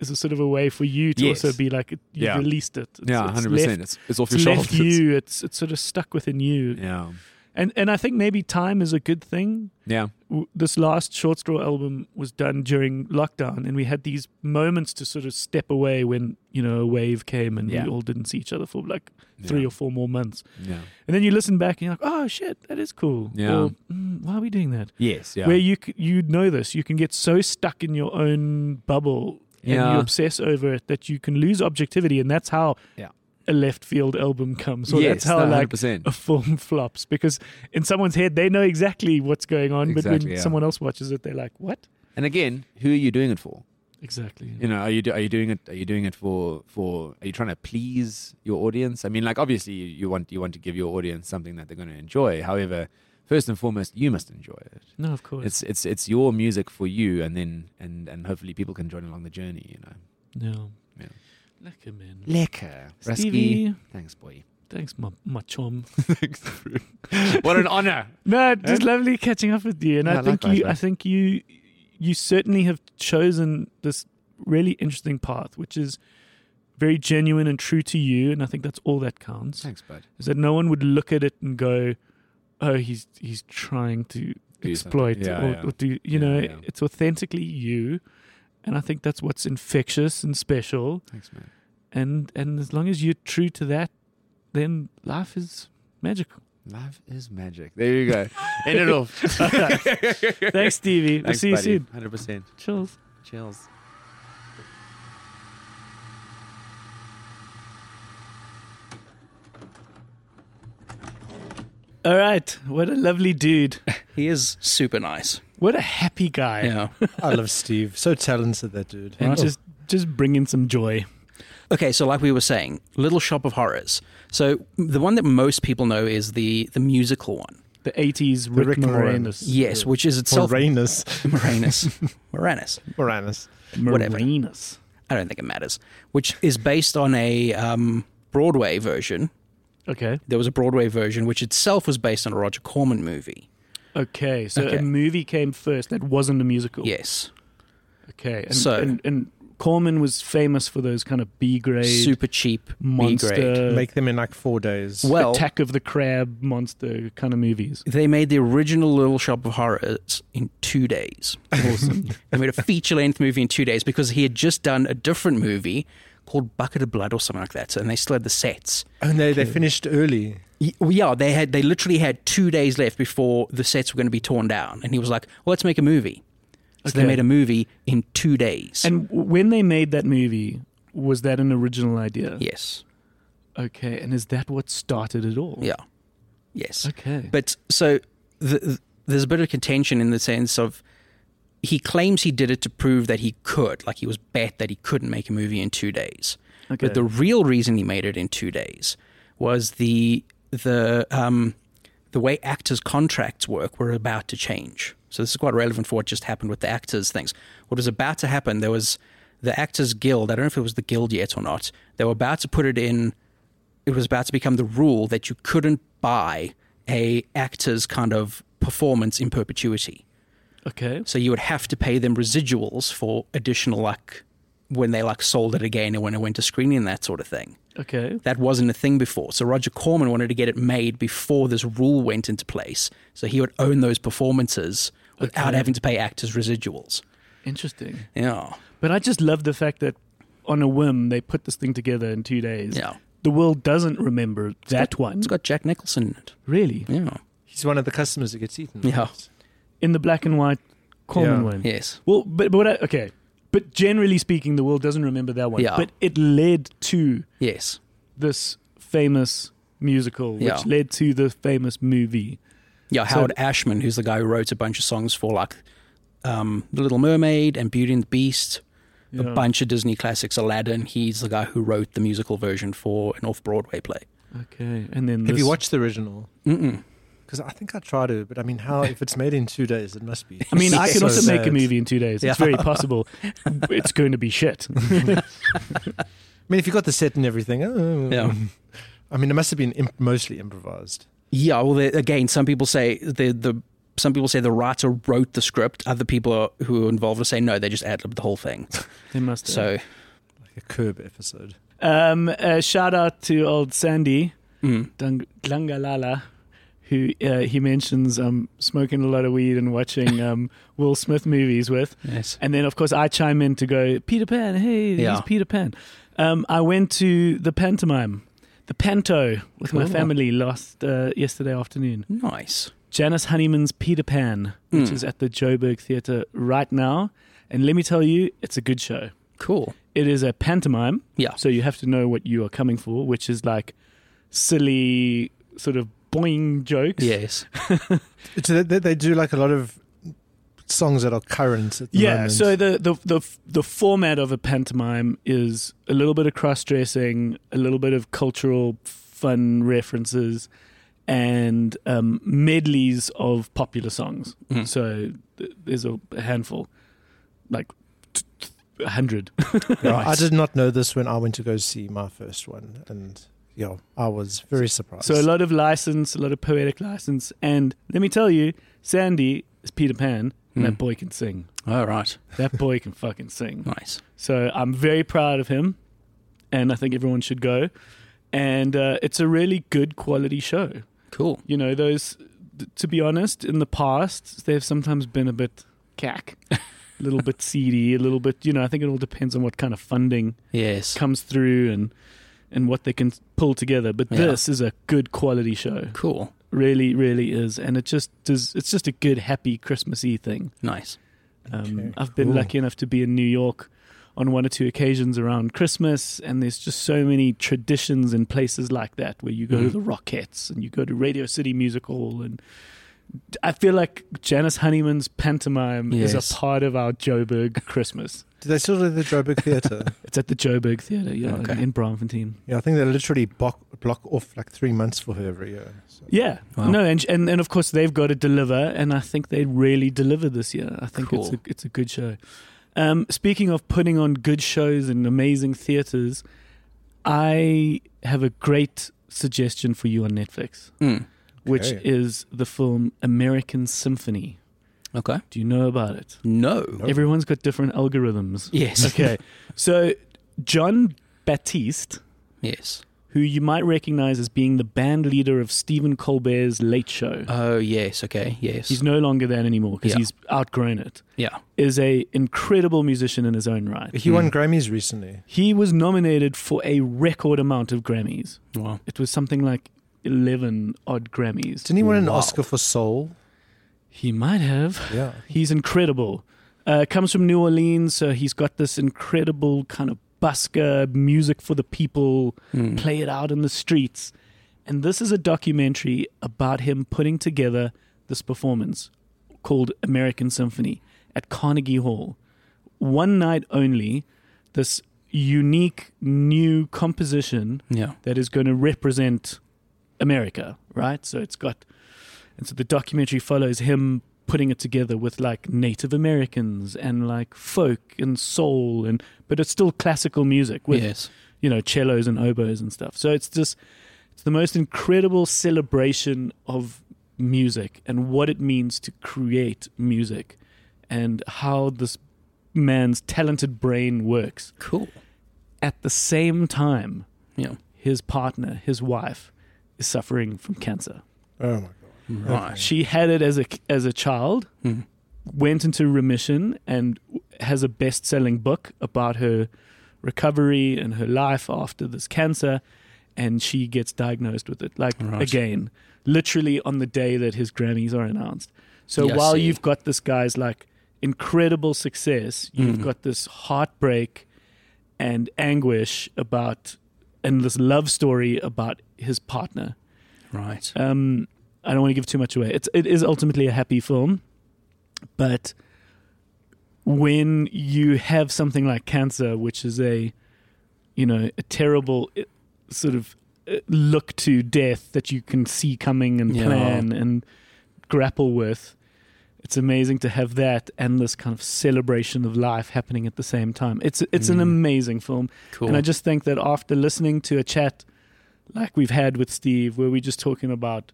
Speaker 1: is a sort of a way for you to
Speaker 5: Yes.
Speaker 1: also be like you
Speaker 5: Yeah.
Speaker 1: released it. It's,
Speaker 5: Yeah,
Speaker 1: it's
Speaker 5: hundred percent.
Speaker 1: left-
Speaker 5: It's it's off your
Speaker 1: It's left
Speaker 5: shoulders.
Speaker 1: you. It's it's sort of stuck within you,
Speaker 5: Yeah,
Speaker 1: and and I think maybe time is a good thing.
Speaker 5: yeah,
Speaker 1: W- This last short straw album was done during lockdown, and we had these moments to sort of step away when you know a wave came, and
Speaker 5: Yeah.
Speaker 1: we all didn't see each other for like three
Speaker 5: Yeah.
Speaker 1: or four more months.
Speaker 5: yeah.
Speaker 1: And then you listen back and you're like, oh shit, that is cool.
Speaker 5: Yeah.
Speaker 1: Or, mm, why are we doing that?
Speaker 5: Yes, yeah.
Speaker 1: Where you c- you know this, you can get so stuck in your own bubble and you
Speaker 5: Yeah.
Speaker 1: obsess over it that you can lose objectivity, and that's how
Speaker 5: Yeah.
Speaker 1: a left field album comes, or that's how
Speaker 5: hundred
Speaker 1: like
Speaker 5: percent.
Speaker 1: a film flops because in someone's head they know exactly what's going on, but when
Speaker 5: Exactly, yeah.
Speaker 1: someone else watches it, they're like, what?
Speaker 5: And again, who are you doing it for?
Speaker 1: Exactly.
Speaker 5: you know are you do, are you doing it are you doing it for for are you trying to please your audience i mean like obviously you, you want you want to give your audience something that they're going to enjoy however first and foremost you must enjoy it
Speaker 1: No, of course.
Speaker 5: it's it's it's your music for you and then and and hopefully people can join along the journey you know
Speaker 1: no.
Speaker 5: Yeah.
Speaker 1: Lekker man.
Speaker 5: lekker Rusky.
Speaker 1: Stevie,
Speaker 5: thanks boy
Speaker 1: thanks, my, my chum.
Speaker 5: what an honor
Speaker 1: No, just lovely catching up with you, and
Speaker 5: Yeah,
Speaker 1: I think
Speaker 5: likewise,
Speaker 1: you, I
Speaker 5: man.
Speaker 1: think you, you certainly have chosen this really interesting path, which is very genuine and true to you, and I think that's all that counts.
Speaker 5: thanks bud
Speaker 1: Is that no one would look at it and go, "Oh, he's he's trying to
Speaker 5: Do something.
Speaker 1: exploit
Speaker 5: Yeah,
Speaker 1: or,
Speaker 5: yeah.
Speaker 1: or do you
Speaker 5: Yeah,
Speaker 1: know?"
Speaker 5: yeah.
Speaker 1: It's authentically you, and I think that's what's infectious and special.
Speaker 5: thanks man
Speaker 1: And and as long as you're true to that, then life is magical.
Speaker 5: Life is magic. There you go. End it off.
Speaker 1: Thanks, Stevie. we'll see you soon.
Speaker 5: Hundred percent.
Speaker 1: Chills.
Speaker 5: Chills.
Speaker 1: All right. What a lovely dude.
Speaker 3: He is super nice.
Speaker 1: What a happy guy.
Speaker 3: Yeah.
Speaker 4: I love Steve. So talented, that dude.
Speaker 1: And
Speaker 3: Right.
Speaker 1: just just bringing some joy.
Speaker 3: Okay, so like we were saying, Little Shop of Horrors. So the one that most people know is the the musical one.
Speaker 1: The 80s Rick,
Speaker 4: Rick
Speaker 1: Moranis.
Speaker 3: Yes, which is itself
Speaker 4: Moranus.
Speaker 3: Moranis. Moranis.
Speaker 4: Moranus.
Speaker 3: whatever.
Speaker 1: Moranis.
Speaker 3: I don't think it matters. Which is based on a um, Broadway version.
Speaker 1: Okay.
Speaker 3: There was a Broadway version which itself was based on a Roger Corman movie.
Speaker 1: Okay. So
Speaker 3: Okay.
Speaker 1: a movie came first that wasn't a musical.
Speaker 3: Yes.
Speaker 1: Okay. And,
Speaker 3: So-
Speaker 1: and, and Corman was famous for those kind of B grade
Speaker 3: Super cheap B grade.
Speaker 1: monster
Speaker 4: Make them in like four days.
Speaker 3: Well,
Speaker 1: Attack of the Crab monster kind of movies.
Speaker 3: they made the original Little Shop of Horrors in two days. Awesome. they made a feature length movie in two days because he had just done a different movie called Bucket of Blood or something like that. And they still had the sets.
Speaker 4: Oh no, they finished early.
Speaker 3: Y- well, Yeah, they had they literally had two days left before the sets were going to be torn down, and he was like, "Well, let's make a movie." So they
Speaker 1: Okay.
Speaker 3: made a movie in two days.
Speaker 1: And when they made that movie, was that an original idea?
Speaker 3: yes,
Speaker 1: Okay. And is that what started it all?
Speaker 3: yeah, yes.
Speaker 1: Okay.
Speaker 3: But so the, th there's a bit of contention in the sense of he claims he did it to prove that he could, like he was bet that he couldn't make a movie in two days.
Speaker 1: Okay.
Speaker 3: But the real reason he made it in two days was the the um, the way actors' contracts work were about to change. So this is quite relevant for what just happened with the actors' things. What was about to happen? There was the Actors Guild. I don't know if it was the Guild yet or not. They were about to put it in. It was about to become the rule that you couldn't buy a actor's kind of performance in perpetuity.
Speaker 1: okay.
Speaker 3: So you would have to pay them residuals for additional like when they like sold it again and when it went to screening and that sort of thing.
Speaker 1: Okay.
Speaker 3: That wasn't a thing before. So Roger Corman wanted to get it made before this rule went into place. So he would own those performances without
Speaker 1: Okay.
Speaker 3: having to pay actors residuals.
Speaker 1: Interesting.
Speaker 3: Yeah.
Speaker 1: But I just love the fact that on a whim they put this thing together in two days.
Speaker 3: Yeah.
Speaker 1: The world doesn't remember that one.
Speaker 3: It's got Jack Nicholson in it.
Speaker 1: really.
Speaker 3: Yeah.
Speaker 4: He's one of the customers that gets eaten.
Speaker 3: Yeah.
Speaker 1: In the black and white Corman
Speaker 4: Yeah.
Speaker 1: one.
Speaker 3: Yes.
Speaker 1: Well, but, but what I, okay. But generally speaking, the world doesn't remember that one.
Speaker 3: Yeah.
Speaker 1: But it led to
Speaker 3: Yes.
Speaker 1: this famous musical, which
Speaker 3: Yeah.
Speaker 1: led to the famous movie.
Speaker 3: Yeah,
Speaker 1: So-
Speaker 3: Howard Ashman, who's the guy who wrote a bunch of songs for like um, The Little Mermaid and Beauty and the Beast,
Speaker 1: Yeah.
Speaker 3: a bunch of Disney classics. Aladdin, he's the guy who wrote the musical version for an off Broadway play.
Speaker 1: Okay. And then
Speaker 4: Have
Speaker 1: this-
Speaker 4: you watched the original?
Speaker 3: Mm-mm.
Speaker 4: Because I think I try to, but I mean, how if it's made in two days, it must be.
Speaker 1: I mean, I
Speaker 4: so
Speaker 1: can also make a
Speaker 4: bad.
Speaker 1: movie in two days. It's
Speaker 3: Yeah.
Speaker 1: very possible. it's going to be shit.
Speaker 4: I mean, if you got the set and everything, oh,
Speaker 3: Yeah.
Speaker 4: I mean, it must have been imp- mostly improvised.
Speaker 3: Yeah, well, the, again, some people say the the some people say the writer wrote the script. Other people are, who are involved are saying no, they just ad libbed the whole thing.
Speaker 1: They must. have.
Speaker 3: So
Speaker 4: Like a curb episode.
Speaker 1: Um, uh, shout out to old Sandy
Speaker 3: mm,
Speaker 1: Dung- Dlangalala, who uh, he mentions um, smoking a lot of weed and watching um, Will Smith movies with.
Speaker 3: yes,
Speaker 1: And then, of course, I chime in to go, Peter Pan, hey,
Speaker 3: Yeah.
Speaker 1: he's Peter Pan. Um, I went to the pantomime, the panto, with my
Speaker 3: Cool.
Speaker 1: family last uh, yesterday afternoon.
Speaker 3: nice.
Speaker 1: Janice Honeyman's Peter Pan, which
Speaker 3: Mm.
Speaker 1: is at the Joburg Theatre right now. And let me tell you, it's a good show.
Speaker 3: Cool.
Speaker 1: It is a pantomime.
Speaker 3: Yeah.
Speaker 1: So you have to know what you are coming for, which is like silly sort of boing jokes.
Speaker 3: Yes.
Speaker 4: So they, they, they do like a lot of songs that are current at the
Speaker 1: yeah
Speaker 4: moment.
Speaker 1: so the, the the the format of a pantomime is a little bit of cross-dressing a little bit of cultural fun references and um, medleys of popular songs
Speaker 3: Mhm.
Speaker 1: so th- there's a handful like t- t- a hundred
Speaker 4: Yeah, I did not know this when I went to go see my first one, and yeah, I was very surprised.
Speaker 1: so a lot of license a lot of poetic license and let me tell you sandy is peter pan and
Speaker 3: Mm.
Speaker 1: that boy can sing
Speaker 3: All right.
Speaker 1: that boy can fucking sing
Speaker 3: Nice.
Speaker 1: So I'm very proud of him, and I think everyone should go. And uh, it's a really good quality show.
Speaker 3: Cool.
Speaker 1: You know, those, th- to be honest, in the past, they've sometimes been a bit cack, a little bit seedy, a little bit, you know, I think it all depends on what kind of funding
Speaker 3: Yes.
Speaker 1: comes through and. And what they can pull together, but
Speaker 3: Yeah.
Speaker 1: this is a good quality show,
Speaker 3: Cool.
Speaker 1: really, really is, and it just does. It's just a good, happy, Christmassy thing.
Speaker 3: Nice.
Speaker 1: Um,
Speaker 4: Okay.
Speaker 1: I've been
Speaker 4: Cool.
Speaker 1: lucky enough to be in New York on one or two occasions around Christmas, and there's just so many traditions in places like that where you go to
Speaker 3: Mhm.
Speaker 1: the Rockettes and you go to Radio City Music Hall. And I feel like Janice Honeyman's pantomime is
Speaker 3: Yes.
Speaker 1: a part of our Joburg Christmas.
Speaker 4: Did they still do the Joburg Theatre?
Speaker 1: It's at the Joburg Theatre yeah,
Speaker 3: Okay.
Speaker 1: in, in Braamfontein.
Speaker 4: yeah, I think they literally block, block off like three months for her every year. So.
Speaker 1: Yeah,
Speaker 3: Wow.
Speaker 1: no, and, and and of course they've got to deliver, and I think they really deliver this year. I think it's
Speaker 3: Cool.
Speaker 1: a, it's a good show. Um, speaking of putting on good shows and amazing theaters, I have a great suggestion for you on Netflix,
Speaker 3: Mm.
Speaker 1: which
Speaker 4: Okay.
Speaker 1: is the film American Symphony.
Speaker 3: Okay.
Speaker 1: Do you know about it?
Speaker 3: No.
Speaker 1: Everyone's got different algorithms.
Speaker 3: Yes.
Speaker 1: Okay, so John Baptiste
Speaker 3: Yes.
Speaker 1: who you might recognize as being the band leader of Stephen Colbert's Late Show.
Speaker 3: Oh, yes. Okay. Yes.
Speaker 1: He's no longer that anymore because
Speaker 3: Yeah.
Speaker 1: he's outgrown it.
Speaker 3: yeah.
Speaker 1: Is a incredible musician in his own right.
Speaker 4: He won Grammys recently.
Speaker 1: He was nominated for a record amount of Grammys.
Speaker 3: Wow.
Speaker 1: It was something like eleven odd Grammys.
Speaker 4: Didn't he win an
Speaker 3: Wow.
Speaker 4: Oscar for Soul?
Speaker 1: He might have.
Speaker 4: Yeah.
Speaker 1: He's incredible. Uh, comes from New Orleans, so he's got this incredible kind of busker music for the people,
Speaker 3: mm.
Speaker 1: play it out in the streets. And this is a documentary about him putting together this performance called American Symphony at Carnegie Hall. One night only, this unique new composition
Speaker 3: Yeah.
Speaker 1: that is going to represent America, right? So it's got, and so the documentary follows him putting it together with like Native Americans and like folk and soul and, but it's still classical music with
Speaker 3: yes.
Speaker 1: you know cellos and oboes and stuff. So it's just it's the most incredible celebration of music and what it means to create music and how this man's talented brain works.
Speaker 3: Cool.
Speaker 1: At the same time,
Speaker 3: Yeah.
Speaker 1: his partner, his wife, is suffering from cancer.
Speaker 4: Oh my god.
Speaker 1: Mm-hmm.
Speaker 3: Right.
Speaker 1: She had it as a as a child,
Speaker 3: Mhm.
Speaker 1: went into remission, and has a best selling book about her recovery and her life after this cancer. And she gets diagnosed with it, like
Speaker 3: Right.
Speaker 1: again, literally on the day that his Grammys are announced. So
Speaker 3: Yeah, I
Speaker 1: while
Speaker 3: see.
Speaker 1: you've got this guy's like incredible success, you've
Speaker 3: Mhm.
Speaker 1: got this heartbreak and anguish about, and this love story about his partner.
Speaker 3: Right.
Speaker 1: Um, I don't want to give too much away. It's it is ultimately a happy film, but when you have something like cancer, which is a you know a terrible eh, sort of eh, look to death that you can see coming and
Speaker 3: Yeah.
Speaker 1: plan and grapple with. It's amazing to have that and this kind of celebration of life happening at the same time. It's it's an
Speaker 3: Mm.
Speaker 1: amazing film.
Speaker 3: Cool.
Speaker 1: And I just think that after listening to a chat like we've had with Steve, where we're just talking about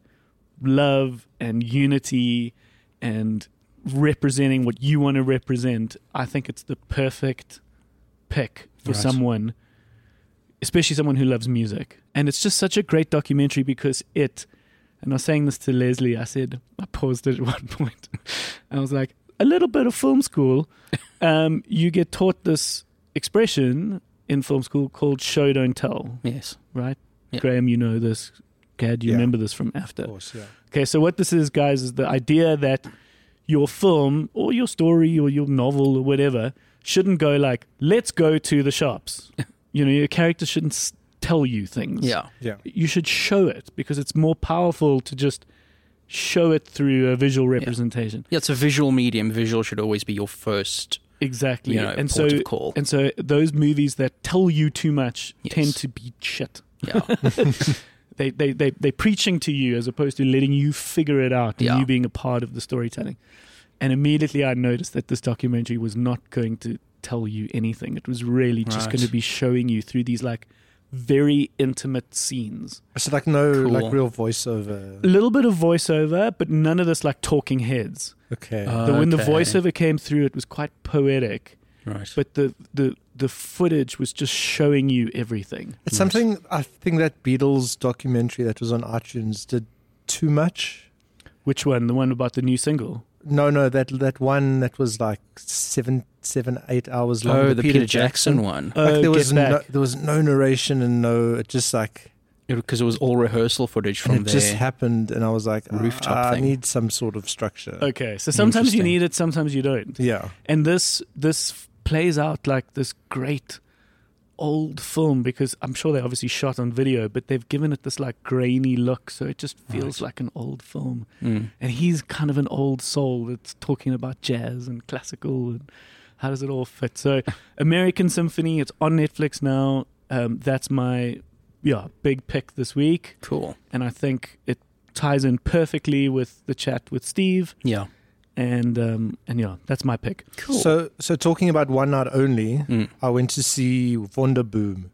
Speaker 1: love and unity and representing what you want to represent, I think it's the perfect pick for
Speaker 3: Right.
Speaker 1: someone, especially someone who loves music. And it's just such a great documentary because it, and I was saying this to Leslie, I said, I paused it at one point. I was like, a little bit of film school. Um, you get taught this expression in film school called show don't tell,
Speaker 3: yes.
Speaker 1: right?
Speaker 3: Yeah.
Speaker 1: Graham, you know this. Gad, you
Speaker 4: Yeah.
Speaker 1: remember this from after.
Speaker 4: Of course, yeah.
Speaker 1: Okay, so what this is, guys, is the idea that your film or your story or your novel or whatever shouldn't go like, let's go to the shops. you know, your character shouldn't s- tell you things.
Speaker 3: Yeah.
Speaker 4: Yeah.
Speaker 1: You should show it because it's more powerful to just show it through a visual representation.
Speaker 3: Yeah, it's a visual medium. Visual should always be your first.
Speaker 1: Exactly.
Speaker 3: You know,
Speaker 1: and so
Speaker 3: port of call.
Speaker 1: and so those movies that tell you too much
Speaker 3: Yes.
Speaker 1: tend to be shit.
Speaker 3: Yeah.
Speaker 1: They they they they're preaching to you as opposed to letting you figure it out and
Speaker 3: Yeah.
Speaker 1: you being a part of the storytelling. And immediately I noticed that this documentary was not going to tell you anything. It was really just
Speaker 3: Right.
Speaker 1: going to be showing you through these like very intimate scenes.
Speaker 4: So like no
Speaker 3: Cool.
Speaker 4: like real voiceover.
Speaker 1: A little bit of voiceover, but none of this like talking heads.
Speaker 4: Okay.
Speaker 3: Oh,
Speaker 1: But when the
Speaker 3: Okay.
Speaker 1: voiceover came through, it was quite poetic.
Speaker 3: right.
Speaker 1: but the the the footage was just showing you everything.
Speaker 4: it's something I think that Beatles documentary that was on iTunes did too much.
Speaker 1: Which one? The one about the new single?
Speaker 4: No, no, that that one that was like seven, seven, eight hours long.
Speaker 3: oh, the Peter, Jackson, one.
Speaker 1: Oh,
Speaker 4: Like there was
Speaker 1: Get Back.
Speaker 4: no, there was no narration and no. It just like
Speaker 3: Because it was all rehearsal footage
Speaker 4: and
Speaker 3: from
Speaker 4: it just
Speaker 3: there.
Speaker 4: happened, and I was like, ah,
Speaker 3: Rooftop
Speaker 4: I
Speaker 3: thing.
Speaker 4: need some sort of structure.
Speaker 1: okay, so sometimes you
Speaker 3: Interesting.
Speaker 1: need it, sometimes you don't.
Speaker 4: Yeah.
Speaker 1: And this this f- plays out like this great old film because I'm sure they obviously shot on video, but they've given it this like grainy look, so it just feels like an old film.
Speaker 3: Mm.
Speaker 1: And he's kind of an old soul that's talking about jazz and classical and how does it all fit? So, American Symphony, it's on Netflix now. Um, that's my yeah big pick this week,
Speaker 3: Cool.
Speaker 1: and I think it ties in perfectly with the chat with Steve.
Speaker 3: Yeah.
Speaker 1: And um, and yeah, that's my pick.
Speaker 3: Cool.
Speaker 4: So, so talking about one night only,
Speaker 3: Mm.
Speaker 4: I went to see Wonderboom,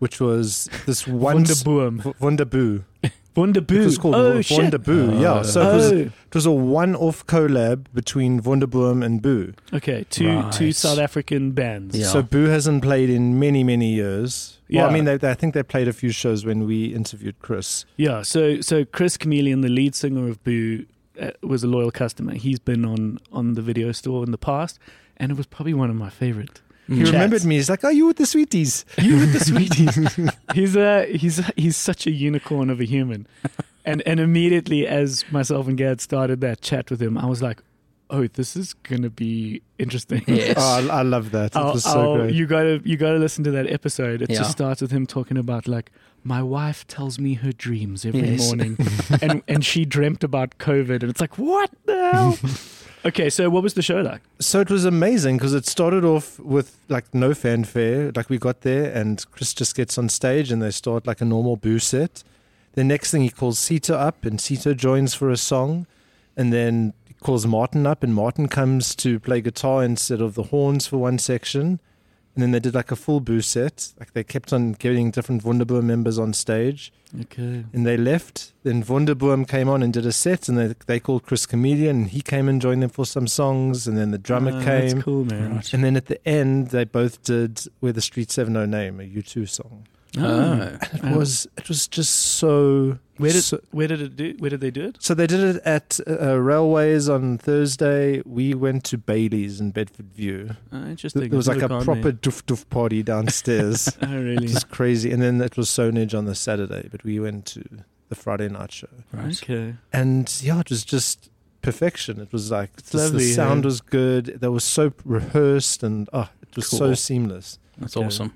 Speaker 4: which was this one
Speaker 1: Wunderboom.
Speaker 4: Wonderboo. It was
Speaker 1: Wunderboo.
Speaker 4: called
Speaker 1: Oh
Speaker 4: oh,
Speaker 1: shit.
Speaker 4: Wonderboo. Yeah. So it was,
Speaker 1: Oh,
Speaker 4: it was a one-off collab between Wonderboom and Boo.
Speaker 1: okay. Two two
Speaker 3: Right.
Speaker 1: South African bands.
Speaker 3: Yeah.
Speaker 4: So Boo hasn't played in many, many years. Well,
Speaker 1: Yeah.
Speaker 4: I mean, they, they, I think they played a few shows when we interviewed Chris.
Speaker 1: Yeah, so so Chris Chameleon, the lead singer of Boo, uh, was a loyal customer. He's been on on the video store in the past, and it was probably one of my favorite.
Speaker 4: He
Speaker 1: Chats.
Speaker 4: remembered me. He's like, "Are you with the Sweeties?"
Speaker 1: You with the sweeties. he's a he's he's such a unicorn of a human, and and immediately as myself and Gad started that chat with him, I was like, oh, this is gonna be interesting.
Speaker 3: Yes.
Speaker 4: Oh, I, I love that. It
Speaker 1: I'll-
Speaker 4: was so
Speaker 1: I'll-
Speaker 4: great.
Speaker 1: You gotta you gotta listen to that episode. It
Speaker 3: Yeah.
Speaker 1: just starts with him talking about like my wife tells me her dreams every
Speaker 3: Yes.
Speaker 1: morning, and and she dreamt about COVID, and it's like what the hell? okay, so what was the show like?
Speaker 4: so it was amazing because it started off with like no fanfare. Like we got there and Chris just gets on stage and they start like a normal boo set. The next thing he calls Sita up and Sita joins for a song. And then he calls Martin up and Martin comes to play guitar instead of the horns for one section. And then they did like a full boo set. Like they kept on getting different Wunderbar members on stage
Speaker 1: Okay,
Speaker 4: and they left. Then Wunderboom came on and did a set, and they, they called Chris Chameleon, and he came and joined them for some songs, and then the drummer
Speaker 1: Uh, that's
Speaker 4: came.
Speaker 1: cool, man.
Speaker 3: Right.
Speaker 4: And then at the end, they both did "Where the Streets Have No Name," a U2 song.
Speaker 3: Oh.
Speaker 4: It
Speaker 1: Um,
Speaker 4: was it was just so.
Speaker 1: Where did
Speaker 4: so,
Speaker 1: where did it do? Where did they do it?
Speaker 4: so they did it at uh, Railways on Thursday. We went to Bailey's in Bedford View.
Speaker 1: Uh, interesting.
Speaker 4: It was like a
Speaker 1: Never gone
Speaker 4: proper
Speaker 1: there.
Speaker 4: doof doof party downstairs. It
Speaker 1: Oh really?
Speaker 4: was just crazy. And then it was Sonage on the Saturday, but we went to the Friday night show.
Speaker 3: Right.
Speaker 1: Okay.
Speaker 4: and yeah, it was just perfection. It was like just
Speaker 1: lovely,
Speaker 4: the sound
Speaker 1: yeah.
Speaker 4: was good. They were so rehearsed, and oh, it was so
Speaker 3: Cool.
Speaker 4: seamless.
Speaker 3: That's
Speaker 1: Okay.
Speaker 3: awesome.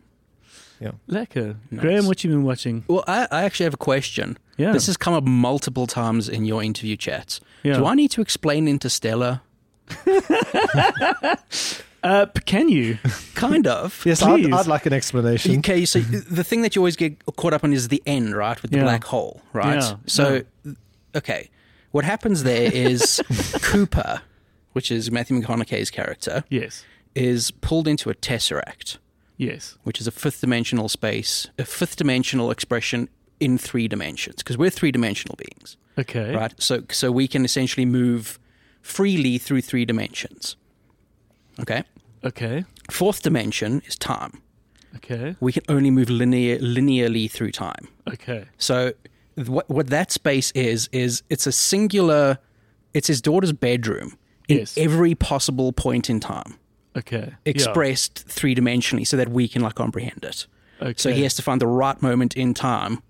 Speaker 1: Lekker.
Speaker 3: Nice.
Speaker 1: Graham, what you been watching?
Speaker 3: Well, I, I actually have a question.
Speaker 1: Yeah.
Speaker 3: This has come up multiple times in your interview chats.
Speaker 1: yeah.
Speaker 3: Do I need to explain Interstellar?
Speaker 1: Uh, p- can you?
Speaker 3: Kind of.
Speaker 4: Yes, I'd,
Speaker 1: Please.
Speaker 4: I'd like an explanation.
Speaker 3: Okay, so the thing that you always get caught up on is the end, right? With the
Speaker 1: Mm-hmm. Yeah.
Speaker 3: black hole, right?
Speaker 1: Yeah,
Speaker 3: So, okay, what happens there is Cooper, which is Matthew McConaughey's character,
Speaker 1: yes.
Speaker 3: is pulled into a tesseract,
Speaker 1: Yes.
Speaker 3: which is a fifth dimensional space, a fifth dimensional expression in three dimensions, because we're three dimensional beings,
Speaker 1: Okay.
Speaker 3: right? So, so we can essentially move freely through three dimensions. Okay,
Speaker 1: Okay.
Speaker 3: fourth dimension is time.
Speaker 1: Okay.
Speaker 3: We can only move linear, linearly through time.
Speaker 1: Okay.
Speaker 3: So th- what what that space is is it's a singular. It's his daughter's bedroom in
Speaker 1: Yes.
Speaker 3: every possible point in time,
Speaker 1: Okay.
Speaker 3: expressed three dimensionally, so that we can like comprehend it.
Speaker 1: Yeah. Okay.
Speaker 3: So he has to find the right moment in time,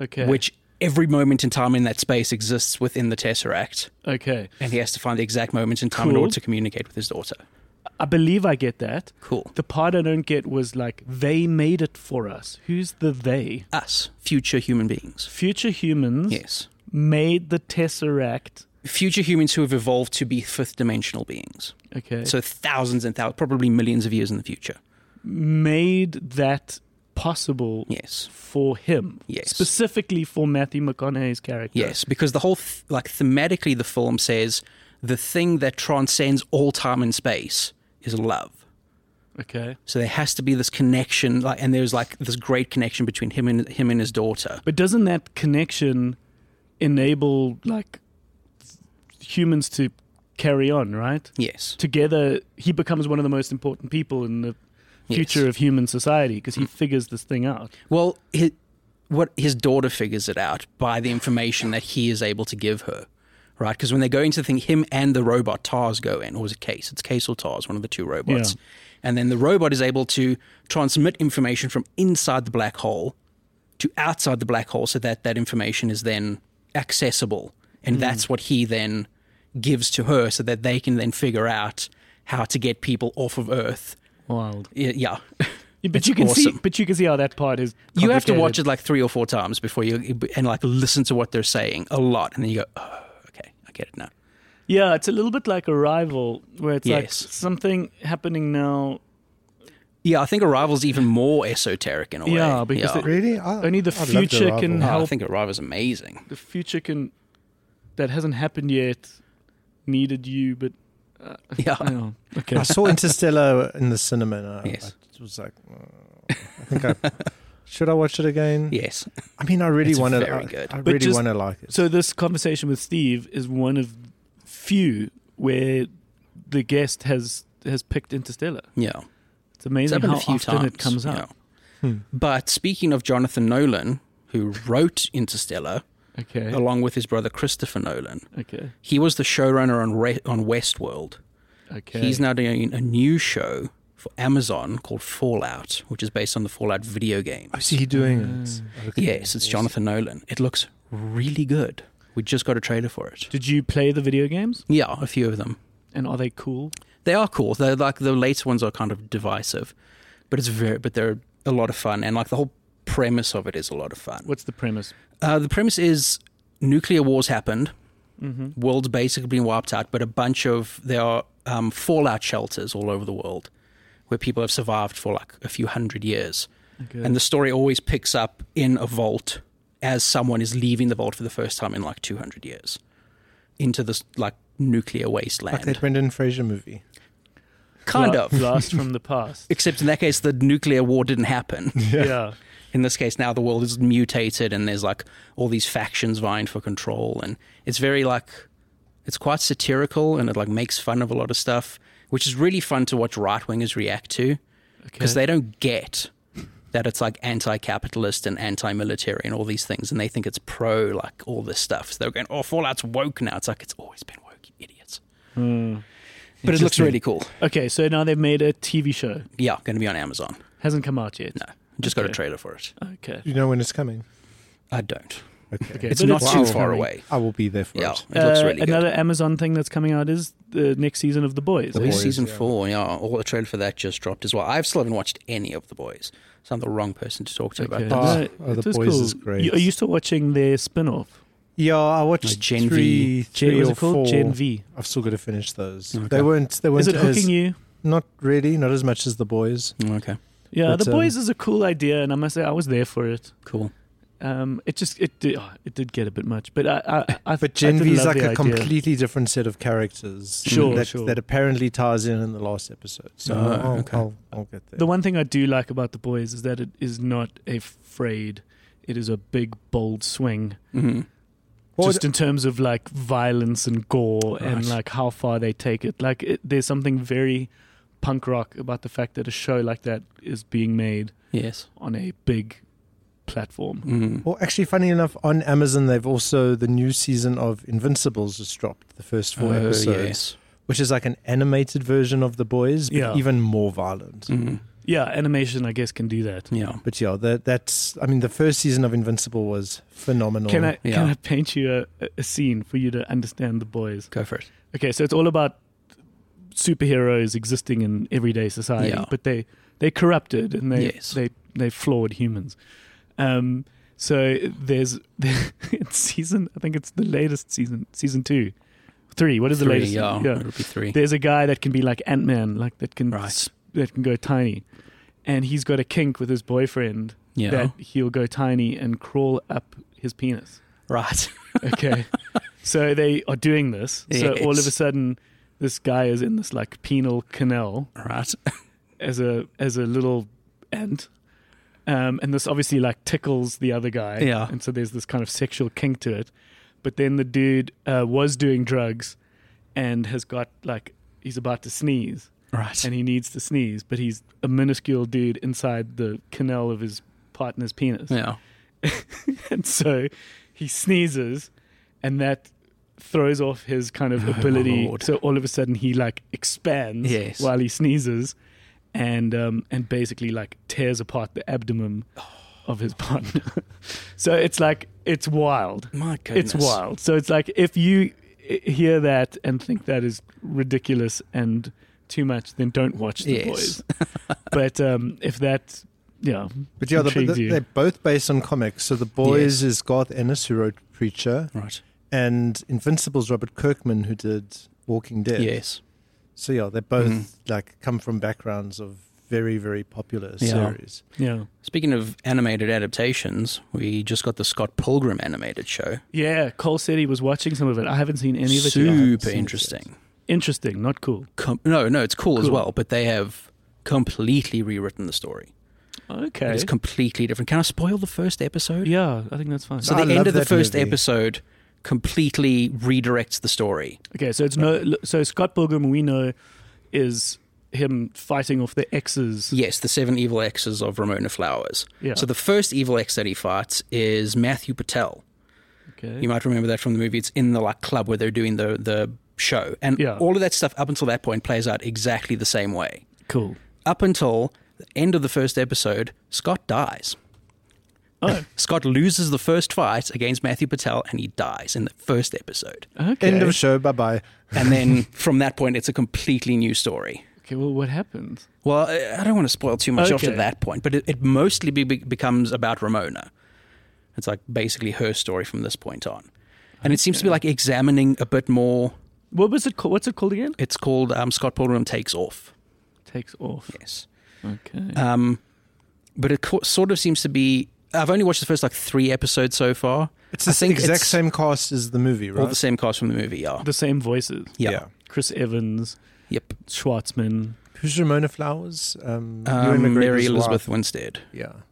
Speaker 1: Okay.
Speaker 3: which every moment in time in that space exists within the tesseract,
Speaker 1: Okay.
Speaker 3: and he has to find the exact moment in time in
Speaker 1: Cool.
Speaker 3: order to communicate with his daughter.
Speaker 1: I believe I get that.
Speaker 3: Cool.
Speaker 1: The part I don't get was like they made it for us. Who's the they?
Speaker 3: Us, future human beings.
Speaker 1: Future humans
Speaker 3: Yes.
Speaker 1: made the Tesseract.
Speaker 3: Future humans who have evolved to be fifth dimensional beings.
Speaker 1: Okay.
Speaker 3: So thousands and thousands, probably millions of years in the future.
Speaker 1: made that possible
Speaker 3: Yes.
Speaker 1: for him.
Speaker 3: Yes.
Speaker 1: Specifically for Matthew McConaughey's character.
Speaker 3: Yes, because the whole th- like thematically the film says the thing that transcends all time and space is love.
Speaker 1: Okay.
Speaker 3: So there has to be this connection like and there's like this great connection between him and him and his daughter.
Speaker 1: But doesn't that connection enable like humans to carry on, right?
Speaker 3: Yes.
Speaker 1: Together he becomes one of the most important people in the
Speaker 3: Yes. Mm.
Speaker 1: future of human society because he figures this thing out.
Speaker 3: Well, his, what his daughter figures it out by the information that he is able to give her, right? Because when they go into the thing, him and the robot Tars go in, or is it Case? It's Case or Tars, one of the two robots.
Speaker 1: Yeah.
Speaker 3: And then the robot is able to transmit information from inside the black hole to outside the black hole, so that that information is then accessible,
Speaker 1: Mm.
Speaker 3: and that's what he then gives to her, so that they can then figure out how to get people off of Earth.
Speaker 1: Wild.
Speaker 3: Y- Yeah.
Speaker 1: But
Speaker 3: It's
Speaker 1: you can see
Speaker 3: awesome.
Speaker 1: but you can see how that part is
Speaker 3: You have to
Speaker 1: complicated.
Speaker 3: watch it like three or four times before you and like listen to what they're saying a lot, and then you go, oh, okay, I get it now.
Speaker 1: Yeah, it's a little bit like Arrival, where it's like
Speaker 3: Yes.
Speaker 1: something happening now.
Speaker 3: Yeah, I think Arrival's even more esoteric in a way.
Speaker 1: Yeah, because it-
Speaker 4: Really? I,
Speaker 1: Only the
Speaker 4: I'd love to
Speaker 1: future
Speaker 4: rival
Speaker 1: can
Speaker 4: that.
Speaker 3: Oh, I
Speaker 1: help.
Speaker 3: think Arrival's amazing.
Speaker 1: The future can that hasn't happened yet needed you, but
Speaker 3: Yeah,
Speaker 1: oh, okay.
Speaker 4: I saw Interstellar in the cinema. And I,
Speaker 3: Yes.
Speaker 4: I was like, uh, I think I should I watch it again?
Speaker 3: yes,
Speaker 4: I mean, I really
Speaker 3: It's
Speaker 4: want to.
Speaker 3: very
Speaker 4: I,
Speaker 3: good.
Speaker 4: I
Speaker 1: But
Speaker 4: really
Speaker 1: just-
Speaker 4: want to like it.
Speaker 1: So this conversation with Steve is one of few where the guest has has picked Interstellar.
Speaker 3: yeah.
Speaker 1: It's amazing
Speaker 3: happened
Speaker 1: how
Speaker 3: a few
Speaker 1: often
Speaker 3: times,
Speaker 1: it comes
Speaker 3: you
Speaker 1: up.
Speaker 4: Hmm.
Speaker 3: know. But speaking of Jonathan Nolan, who wrote Interstellar
Speaker 1: Okay.
Speaker 3: along with his brother Christopher Nolan,
Speaker 1: Okay.
Speaker 3: he was the showrunner on Re- on Westworld.
Speaker 1: Okay.
Speaker 3: He's now doing a new show for Amazon called Fallout, which is based on the Fallout video game.
Speaker 4: I see you doing it. Okay.
Speaker 3: Yes, it's Jonathan Nolan. It looks really good. We just got a trailer for it.
Speaker 1: Did you play the video games?
Speaker 3: Yeah, a few of them.
Speaker 1: And are they cool?
Speaker 3: They are cool. They're like the later ones are kind of divisive, but it's very but they're a lot of fun and like the whole premise of it is a lot of fun.
Speaker 1: What's the premise?
Speaker 3: Uh, the premise is nuclear wars happened, world's basically been wiped out, but a bunch of there are um, fallout shelters all over the world where people have survived for like a few hundred years.
Speaker 1: Okay.
Speaker 3: And the story always picks up in a vault as someone is leaving the vault for the first time in like 200 years into this like nuclear
Speaker 4: Like
Speaker 3: wasteland.
Speaker 4: that Brendan Fraser movie.
Speaker 3: kind
Speaker 1: Bla-
Speaker 3: of.
Speaker 1: blast from the past.
Speaker 3: Except in that case, the nuclear war didn't happen.
Speaker 1: yeah.
Speaker 3: in this case now the world is mutated and there's like all these factions vying for control and it's very like it's quite satirical and it like makes fun of a lot of stuff which is really fun to watch right wingers react to because they don't get that it's like anti-capitalist and anti-military and all these things and they think it's pro like all this stuff so they're going oh fallout's woke now it's like it's always been woke you idiots but it looks
Speaker 1: Interesting.
Speaker 3: really cool
Speaker 1: Hmm. Okay, so now they've made a TV show.
Speaker 3: yeah going to be on amazon
Speaker 1: Hasn't come out yet.
Speaker 3: no just got
Speaker 1: Okay.
Speaker 3: a trailer for it
Speaker 1: Okay.
Speaker 4: You know when it's coming.
Speaker 3: i don't
Speaker 4: Okay.
Speaker 1: Okay.
Speaker 3: it's
Speaker 1: but
Speaker 3: not
Speaker 1: it's
Speaker 3: too
Speaker 4: coming.
Speaker 3: far away
Speaker 4: I will be there for
Speaker 3: yeah
Speaker 4: it.
Speaker 3: it looks
Speaker 1: Uh,
Speaker 3: really good
Speaker 1: another Amazon thing that's coming out is the next season of The Boys.
Speaker 3: The
Speaker 4: Boys,
Speaker 3: season
Speaker 4: yeah.
Speaker 3: four, yeah. All the trailer for that just dropped as well. I've still haven't watched any of the boys, so I'm the wrong person to talk to
Speaker 1: Okay.
Speaker 3: about
Speaker 4: Ah,
Speaker 3: this.
Speaker 1: No,
Speaker 4: oh, The
Speaker 1: it was
Speaker 4: Boys is great.
Speaker 1: You, are you still watching their spin-off?
Speaker 4: Yeah, I watched
Speaker 3: Like Gen
Speaker 4: three,
Speaker 3: V.
Speaker 1: Gen,
Speaker 4: three
Speaker 1: was
Speaker 4: or
Speaker 1: it called
Speaker 4: four.
Speaker 1: Gen V?
Speaker 4: I've still got to finish those.
Speaker 3: Okay.
Speaker 4: They weren't. They weren't
Speaker 1: Is it
Speaker 4: as
Speaker 1: hooking you?
Speaker 4: not really. Not as much as the boys.
Speaker 3: Mm, Okay,
Speaker 1: Yeah,
Speaker 4: But,
Speaker 1: The Boys
Speaker 3: um,
Speaker 1: is a cool idea, and I must say I was there for it.
Speaker 3: cool.
Speaker 1: Um, it just it did oh, it did get a bit much, but I I, I I
Speaker 4: But Gen
Speaker 1: did
Speaker 4: V is
Speaker 1: love
Speaker 4: like
Speaker 1: the
Speaker 4: a
Speaker 1: idea.
Speaker 4: completely different set of characters.
Speaker 1: Sure,
Speaker 4: that,
Speaker 1: sure.
Speaker 4: that apparently ties in in the last episode. So
Speaker 3: Oh,
Speaker 4: I'll,
Speaker 3: okay.
Speaker 4: I'll, I'll get there.
Speaker 1: The one thing I do like about The Boys is that it is not afraid. It is a big bold swing.
Speaker 3: hmm
Speaker 4: Well,
Speaker 1: just in terms of like violence and gore and
Speaker 3: Right.
Speaker 1: like how far they take it. Like it, there's something very punk rock about the fact that a show like that is being made
Speaker 3: Yes.
Speaker 1: on a big platform.
Speaker 3: Mm.
Speaker 4: Well, actually, funny enough, on Amazon they've also the new season of Invincibles has dropped the first four
Speaker 3: Oh,
Speaker 4: episodes,
Speaker 3: yes.
Speaker 4: which is like an animated version of The Boys, but
Speaker 1: Yeah.
Speaker 4: even more violent.
Speaker 3: Mhm.
Speaker 1: Yeah, animation I guess can do that.
Speaker 3: Yeah.
Speaker 4: But yeah, that that's I mean the first season of Invincible was phenomenal.
Speaker 1: Can I can
Speaker 3: Yeah.
Speaker 1: I paint you a, a scene for you to understand the boys?
Speaker 3: Go for it.
Speaker 1: Okay, so it's all about superheroes existing in everyday society,
Speaker 3: Yeah.
Speaker 1: but they they corrupted and they
Speaker 3: Yes.
Speaker 1: they they flawed humans. Um, So there's it's season. I think it's the latest season, season two, three. What is the
Speaker 3: Three,
Speaker 1: latest?
Speaker 3: yeah, it'll be three.
Speaker 1: There's a guy that can be like Ant Man, like that can
Speaker 3: Right.
Speaker 1: s- that can go tiny, and he's got a kink with his boyfriend
Speaker 3: Yeah.
Speaker 1: that he'll go tiny and crawl up his penis.
Speaker 3: Right.
Speaker 1: Okay, so they are doing this. So all of a
Speaker 3: Yes.
Speaker 1: sudden, this guy is in this like penal canal
Speaker 3: Right.
Speaker 1: as a as a little ant. Um, and this obviously like tickles the other guy.
Speaker 3: Yeah.
Speaker 1: And so there's this kind of sexual kink to it. But then the dude uh, was doing drugs and has got like he's about to sneeze
Speaker 3: Right.
Speaker 1: and he needs to sneeze, but he's a minuscule dude inside the canal of his partner's penis.
Speaker 3: yeah.
Speaker 1: And so he sneezes and that throws off his kind of ability.
Speaker 3: Oh, Lord.
Speaker 1: so all of a sudden he like expands
Speaker 3: Yes.
Speaker 1: while he sneezes and um and basically like tears apart the abdomen of his partner. so it's like it's wild.
Speaker 3: My goodness.
Speaker 1: It's wild. So it's like if you i- hear that and think that is ridiculous and too much, then don't watch the
Speaker 3: Yes.
Speaker 1: boys. but um if that yeah,
Speaker 4: But yeah, the,
Speaker 1: intrigues
Speaker 4: the,
Speaker 1: you.
Speaker 4: they're both based on comics. So the boys is Garth Ennis who wrote Preacher,
Speaker 3: Right.
Speaker 4: and Invincible's Robert Kirkman who did Walking Dead.
Speaker 3: Yes.
Speaker 4: So yeah, they both
Speaker 3: Mhm.
Speaker 4: like come from backgrounds of very very popular
Speaker 3: Yeah.
Speaker 4: series.
Speaker 1: yeah.
Speaker 3: Speaking of animated adaptations, we just got the Scott Pilgrim animated show.
Speaker 1: Yeah, Cole said he was watching some of it. I haven't seen any of it. yet.
Speaker 3: Super
Speaker 4: seen it
Speaker 3: interesting.
Speaker 1: Interesting, not cool.
Speaker 3: Com- no, no, it's cool, as
Speaker 1: Cool.
Speaker 3: well, but they have completely rewritten the story.
Speaker 1: Okay.
Speaker 3: It's completely different. Can I spoil the first episode?
Speaker 1: yeah, I think that's fine.
Speaker 3: So
Speaker 4: I
Speaker 3: the end
Speaker 4: love
Speaker 3: of the
Speaker 4: that
Speaker 3: first
Speaker 4: movie.
Speaker 3: episode completely redirects the story.
Speaker 1: okay, so it's no. So Scott Pilgrim, we know, is him fighting off the exes.
Speaker 3: Yes, the seven evil exes of Ramona Flowers.
Speaker 1: Yeah.
Speaker 3: So the first evil ex that he fights is Matthew Patel.
Speaker 1: Okay.
Speaker 3: You might remember that from the movie. It's in the like club where they're doing the the show, and
Speaker 1: Yeah.
Speaker 3: all of that stuff up until that point plays out exactly the same way.
Speaker 1: Cool.
Speaker 3: Up until the end of the first episode, Scott dies.
Speaker 1: Oh,
Speaker 3: Scott loses the first fight against Matthew Patel, and he dies in the first episode.
Speaker 1: Oh, okay.
Speaker 4: End of show. Bye bye.
Speaker 3: And then from that point, it's a completely new story.
Speaker 1: okay. Well, what happens?
Speaker 3: Well, I I don't want to spoil too much after
Speaker 1: Okay.
Speaker 3: that point, but it, it mostly be, be- becomes about Ramona. It's like basically her story from this point on. And it seems to be like examining a bit more.
Speaker 1: What was it? Called? What's it called again?
Speaker 3: It's called um, Scott Pilgrim Takes Off.
Speaker 1: Takes off.
Speaker 3: Yes.
Speaker 1: Okay.
Speaker 3: Um, but it co- sort of seems to be. I've only watched the first like three episodes so far.
Speaker 4: It's
Speaker 3: I
Speaker 4: the
Speaker 3: think
Speaker 4: exact
Speaker 3: it's
Speaker 4: same cast as the movie, right?
Speaker 3: All the same cast from the movie, yeah.
Speaker 1: the same voices.
Speaker 3: yeah.
Speaker 1: Chris Evans,
Speaker 3: Yep.
Speaker 1: Schwartzman.
Speaker 4: Who's Ramona Flowers? Um, Ewan
Speaker 3: Um,
Speaker 4: McGregor's
Speaker 3: Mary
Speaker 4: wife.
Speaker 3: Elizabeth Winstead.
Speaker 4: Yeah,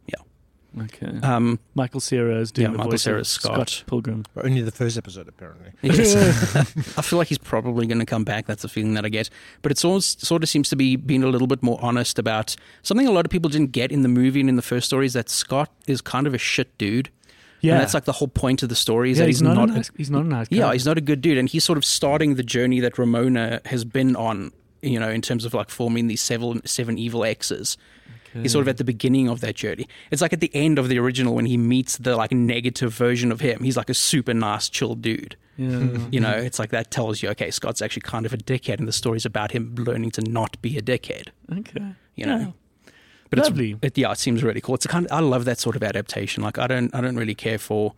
Speaker 1: Okay.
Speaker 3: Um,
Speaker 1: uh, Michael Cera is doing
Speaker 3: yeah,
Speaker 1: the
Speaker 3: Michael
Speaker 1: voice
Speaker 3: Cera
Speaker 1: of
Speaker 3: is Scott.
Speaker 1: Pilgrim.
Speaker 4: but only the first episode apparently.
Speaker 3: Yes. I feel like he's probably going to come back. That's the feeling that I get. But it sort sort of seems to be being a little bit more honest about something a lot of people didn't get in the movie and in the first story is that Scott is kind of a shit dude.
Speaker 1: Yeah.
Speaker 3: And that's like the whole point of the story is
Speaker 1: yeah,
Speaker 3: that
Speaker 1: he's,
Speaker 3: he's,
Speaker 1: not,
Speaker 3: not.
Speaker 1: a nice. He's not a nice.
Speaker 3: yeah,
Speaker 1: guy.
Speaker 3: he's not a good dude. And he's sort of starting the journey that Ramona has been on, you know, in terms of like forming these seven, seven evil exes. He's sort of at the beginning of that journey. It's like at the end of the original when he meets the like negative version of him. He's like a super nice, chill dude.
Speaker 1: Yeah.
Speaker 3: You know, it's like that tells you, okay, Scott's actually kind of a dickhead, and the story's about him learning to not be a dickhead.
Speaker 1: okay.
Speaker 3: You know,
Speaker 1: Yeah.
Speaker 3: but
Speaker 1: Lovely.
Speaker 3: It's, it, yeah, it seems really cool. It's a kind. Of, I love that sort of adaptation. Like, I don't, I don't really care for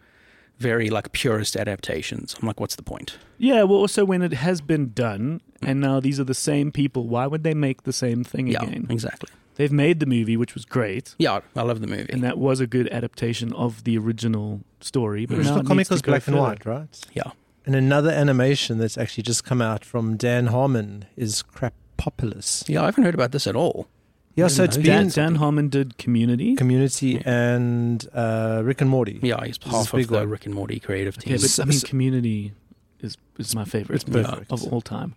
Speaker 3: very like purist adaptations. I'm like, what's the point?
Speaker 1: Yeah, well, also when it has been done, and now these are the same people, why would they make the same thing
Speaker 3: Mm. Yeah,
Speaker 1: again?
Speaker 3: exactly.
Speaker 1: They've made the movie, which was great,
Speaker 3: Yeah, I love the movie.
Speaker 1: and that was a good adaptation of the original story. But now
Speaker 4: the
Speaker 1: it
Speaker 4: comic
Speaker 1: needs to
Speaker 4: was
Speaker 1: go
Speaker 4: black and
Speaker 1: further.
Speaker 4: white, right?
Speaker 3: yeah,
Speaker 4: And another animation that's actually just come out from Dan Harmon is Crapopolis.
Speaker 3: yeah, I haven't heard about this at all.
Speaker 4: Yeah, so it's
Speaker 1: Dan,
Speaker 4: been
Speaker 1: Dan Harmon did Community.
Speaker 4: Community and uh, Rick and Morty.
Speaker 3: Yeah, he's
Speaker 4: is
Speaker 3: half
Speaker 4: a
Speaker 3: of
Speaker 4: big
Speaker 3: the
Speaker 4: one.
Speaker 3: Rick and Morty creative team.
Speaker 1: Okay, but I
Speaker 4: So-
Speaker 1: mean,
Speaker 4: so-
Speaker 1: Community is is my favorite
Speaker 4: it's perfect.
Speaker 1: of all time.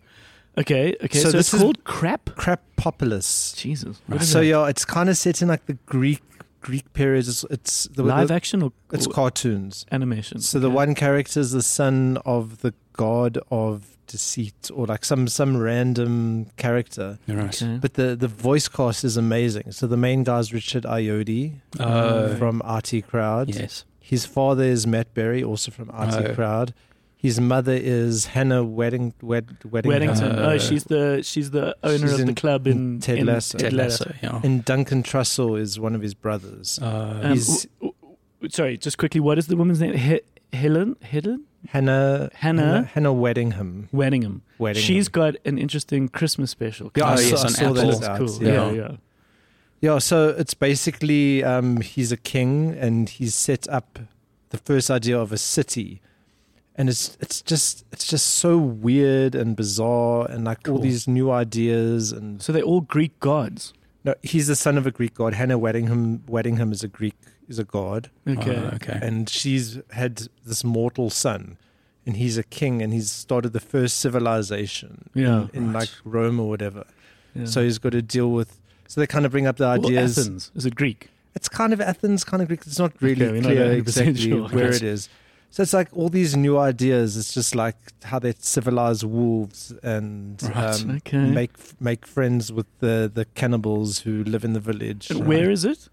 Speaker 1: Okay, okay, so,
Speaker 4: So
Speaker 1: it's
Speaker 4: this is-
Speaker 1: called crap.
Speaker 4: Crapopolis.
Speaker 1: Jesus, what
Speaker 3: Right.
Speaker 1: is
Speaker 4: So
Speaker 1: that?
Speaker 4: yeah, it's kind of set in like the Greek Greek periods. It's, it's the,
Speaker 1: live
Speaker 4: the-
Speaker 1: action or
Speaker 4: it's
Speaker 1: or
Speaker 4: cartoons.
Speaker 1: animation?
Speaker 4: So the
Speaker 1: Okay.
Speaker 4: one character is the son of the god of deceit, or like some some random character.
Speaker 3: All right.
Speaker 1: Okay.
Speaker 4: But the the voice cast is amazing. So the main guy's Richard Iodi
Speaker 3: Oh.
Speaker 4: from RT Crowd.
Speaker 3: Yes.
Speaker 4: His father is Matt Berry, also from RT
Speaker 3: Oh.
Speaker 4: Crowd. His mother is Hannah Wedding Wed, Weddington.
Speaker 1: Weddington.
Speaker 3: Uh,
Speaker 1: oh, she's the she's the owner
Speaker 4: she's
Speaker 1: of the
Speaker 4: in-
Speaker 1: club in
Speaker 4: in Ted
Speaker 1: in
Speaker 4: Lasso.
Speaker 3: Ted Lasso. Yeah.
Speaker 4: And Duncan Trussell is one of his brothers.
Speaker 3: Uh,
Speaker 1: Um,
Speaker 4: He's-
Speaker 1: w- w- Sorry, just quickly, what is the woman's name? He- Helen? Helen?
Speaker 4: Hannah,
Speaker 1: Hannah?
Speaker 4: Hannah Weddingham.
Speaker 1: Weddingham.
Speaker 4: Weddingham.
Speaker 1: She's got an interesting Christmas special.
Speaker 4: yeah, I
Speaker 3: Oh,
Speaker 4: saw,
Speaker 3: yes,
Speaker 4: I
Speaker 3: on
Speaker 4: saw that
Speaker 3: Apple.
Speaker 4: it's
Speaker 1: That's
Speaker 4: out,
Speaker 1: cool. Yeah,
Speaker 4: Yeah.
Speaker 3: yeah.
Speaker 1: yeah.
Speaker 4: Yeah, so it's basically um, he's a king and he's set up the first idea of a city, and it's it's just it's just so weird and bizarre and like all
Speaker 1: Cool.
Speaker 4: these new ideas and
Speaker 1: So they're all Greek gods.
Speaker 4: no, he's the son of a Greek god. Hannah Waddingham Waddingham is a Greek is a god,
Speaker 1: Okay.
Speaker 3: Oh, okay.
Speaker 4: and she's had this mortal son, and he's a king and he's started the first civilization
Speaker 1: Yeah.
Speaker 4: in like Rome or whatever.
Speaker 1: yeah.
Speaker 4: So he's got to deal with. So they kind of bring up the
Speaker 1: Well,
Speaker 4: ideas.
Speaker 1: Athens. Is it Greek?
Speaker 4: it's kind of Athens, kind of Greek. It's not really
Speaker 1: Okay, we're not
Speaker 4: clear
Speaker 1: 100%
Speaker 4: exactly
Speaker 1: sure.
Speaker 4: where
Speaker 1: Okay.
Speaker 4: it is. So it's like all these new ideas. It's just like how they civilize wolves and
Speaker 3: Right,
Speaker 4: um,
Speaker 1: okay.
Speaker 4: make make friends with the, the cannibals who live in the village.
Speaker 1: And Where is it?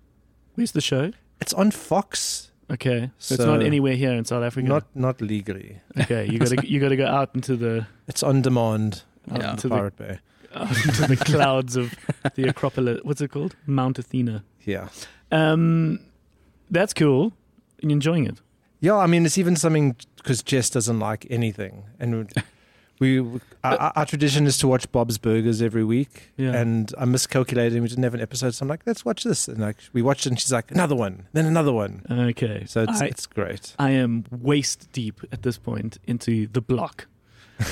Speaker 1: Where's the show?
Speaker 4: It's on Fox,
Speaker 1: Okay. So, it's
Speaker 4: So-
Speaker 1: not anywhere here in South Africa.
Speaker 4: not not legally.
Speaker 1: okay. You gotta you gotta go out into the
Speaker 4: It's on demand.
Speaker 1: out
Speaker 3: Yeah.
Speaker 1: into
Speaker 4: To
Speaker 1: the
Speaker 4: Pirate Bay.
Speaker 1: out into the clouds of the Acropolis. What's it called? Mount Athena.
Speaker 4: Yeah.
Speaker 1: Um, that's cool. And you're enjoying it.
Speaker 4: Yeah, I mean, it's even something because Jess doesn't like anything, and we our, our- our tradition is to watch Bob's Burgers every week.
Speaker 1: Yeah.
Speaker 4: And I miscalculated, and we didn't have an episode, so I'm like, let's watch this, and like we watched it, and she's like, another one, then another one.
Speaker 1: Okay.
Speaker 4: So it's
Speaker 1: I,
Speaker 4: it's great.
Speaker 1: I am waist deep at this point into the block,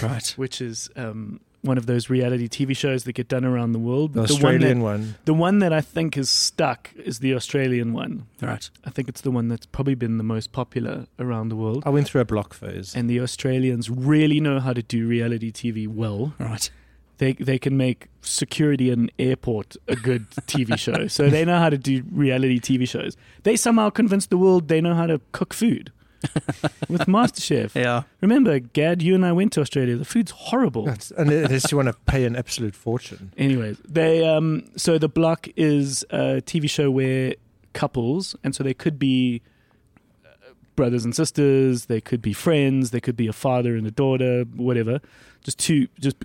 Speaker 3: Right.
Speaker 1: which is um, one of those reality TV shows that get done around the world.
Speaker 4: The
Speaker 1: but
Speaker 4: Australian
Speaker 1: one
Speaker 4: one.
Speaker 1: that, the one that I think is stuck is the Australian one.
Speaker 3: Right.
Speaker 1: I think it's the one that's probably been the most popular around the world.
Speaker 4: I went through a block phase.
Speaker 1: And the Australians really know how to do reality TV well.
Speaker 3: Right.
Speaker 1: They they can make security at an airport a good TV show. So they know how to do reality TV shows. They somehow convinced the world they know how to cook food with MasterChef.
Speaker 3: Yeah.
Speaker 1: Remember, Gad, you and I went to Australia. The food's horrible.
Speaker 4: That's- and unless you want to pay an absolute fortune.
Speaker 1: Anyways, they um so the block is a TV show where couples, and so they could be uh, brothers and sisters, they could be friends, they could be a father and a daughter, whatever. Just two, just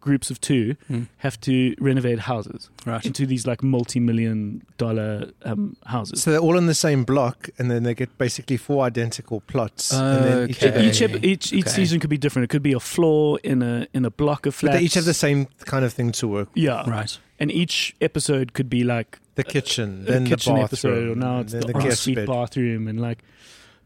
Speaker 1: groups of two
Speaker 3: Hmm.
Speaker 1: have to renovate houses
Speaker 3: Right.
Speaker 1: into these like multi-million dollar um, houses.
Speaker 4: So they're all in the same block, and then they get basically four identical plots. and then each, of
Speaker 3: Okay.
Speaker 4: them-
Speaker 1: each ep- each each
Speaker 3: Okay.
Speaker 1: season could be different. It could be a floor in a in a block of
Speaker 4: but
Speaker 1: flats.
Speaker 4: they each have the same kind of thing to work.
Speaker 1: yeah,
Speaker 3: Right.
Speaker 1: and each episode could be like
Speaker 4: The kitchen,
Speaker 1: the
Speaker 4: then
Speaker 1: kitchen
Speaker 4: the bathroom,
Speaker 1: episode, or now
Speaker 4: and
Speaker 1: it's
Speaker 4: then
Speaker 1: the,
Speaker 4: guest
Speaker 1: ensuite
Speaker 4: bed.
Speaker 1: bathroom, and like,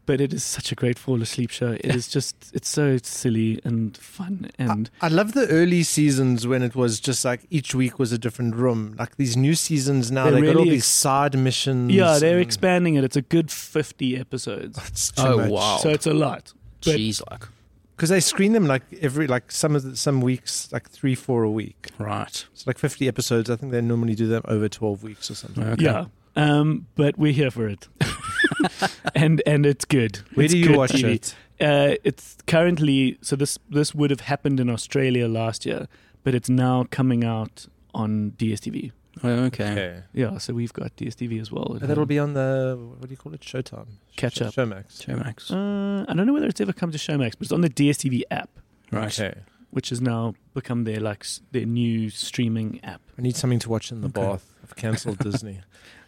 Speaker 1: but it is such a great fall asleep show. It is just, it's so silly and fun, and
Speaker 4: I, I love the early seasons when it was just like each week was a different room. Like these new seasons now,
Speaker 1: They're
Speaker 4: they got all
Speaker 1: really
Speaker 4: these
Speaker 1: ex-
Speaker 4: side missions.
Speaker 1: yeah, they're
Speaker 4: and-
Speaker 1: expanding it. It's a good fifty episodes,
Speaker 4: It's too
Speaker 3: Oh
Speaker 4: much.
Speaker 3: wow.
Speaker 1: so it's a lot. but-
Speaker 3: Jeez, like.
Speaker 4: Because they screen them like every like some of the, some weeks like three four a week.
Speaker 3: Right.
Speaker 4: It's like fifty episodes. I think they normally do them over twelve weeks or something.
Speaker 3: Okay.
Speaker 1: Yeah, um, but we're here for it, and and it's good.
Speaker 4: Where
Speaker 1: It's
Speaker 4: do you
Speaker 1: good
Speaker 4: watch
Speaker 1: TV.
Speaker 4: it?
Speaker 1: Uh, it's currently so this this would have happened in Australia last year, but it's now coming out on DSTV.
Speaker 3: Oh, okay.
Speaker 4: Okay,
Speaker 1: Yeah, so we've got DSTV as well. at
Speaker 4: And Uh, that'll
Speaker 1: home.
Speaker 4: be on the what do you call it? Showtime.
Speaker 1: Catch
Speaker 4: Show-
Speaker 1: up.
Speaker 4: Showmax.
Speaker 3: Two max.
Speaker 1: Uh, I don't know whether it's ever come to Showmax, but it's on the DSTV app,
Speaker 3: Right.
Speaker 4: Okay.
Speaker 1: which has now become their like s- their new streaming app.
Speaker 4: I need something to watch in the
Speaker 3: Okay.
Speaker 4: bath. I've cancelled Disney.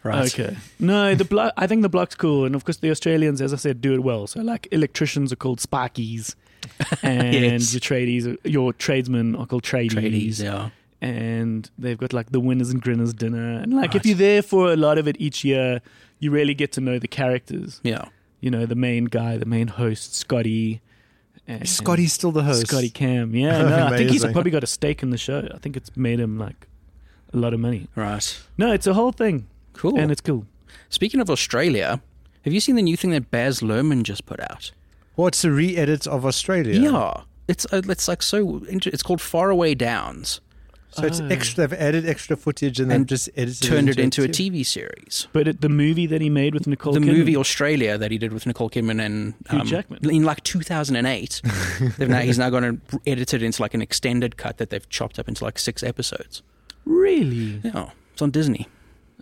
Speaker 3: Right.
Speaker 1: Okay. No, the block. I think the block's cool, and of course the Australians, as I said, do it well. So like electricians are called sparkies, and
Speaker 3: Yes.
Speaker 1: your tradies, are- your tradesmen are called tradies,
Speaker 3: Tradies. Yeah.
Speaker 1: and they've got like the winners and grinners dinner, and like if
Speaker 3: Right.
Speaker 1: you're there for a lot of it each year, you really get to know the characters.
Speaker 3: Yeah.
Speaker 1: You know the main guy, the main host, Scotty. And,
Speaker 4: Scotty's still the host.
Speaker 1: Scotty Cam. Yeah, no, I think he's
Speaker 4: Amazing.
Speaker 1: probably got a stake in the show. I think it's made him like a lot of money.
Speaker 3: Right.
Speaker 1: No, it's a whole thing,
Speaker 3: Cool.
Speaker 1: and it's cool.
Speaker 3: Speaking of Australia, have you seen the new thing that Baz Luhrmann just put out?
Speaker 4: Well, it's a re-edit of Australia.
Speaker 3: Yeah. It's uh, it's like so. inter- It's called Faraway Downs.
Speaker 4: So it's
Speaker 1: Oh.
Speaker 4: extra. They've added extra footage and,
Speaker 3: And
Speaker 4: then just edited
Speaker 3: Turned it
Speaker 4: it
Speaker 3: into a TV series.
Speaker 1: But it, the movie that he made with Nicole,
Speaker 3: The
Speaker 1: Kidman,
Speaker 3: movie Australia that he did with Nicole Kidman and um,
Speaker 1: Hugh Jackman.
Speaker 3: in like 2008. they've now, he's now going to edit it into like an extended cut that they've chopped up into like six episodes.
Speaker 1: really?
Speaker 3: Yeah, it's on Disney.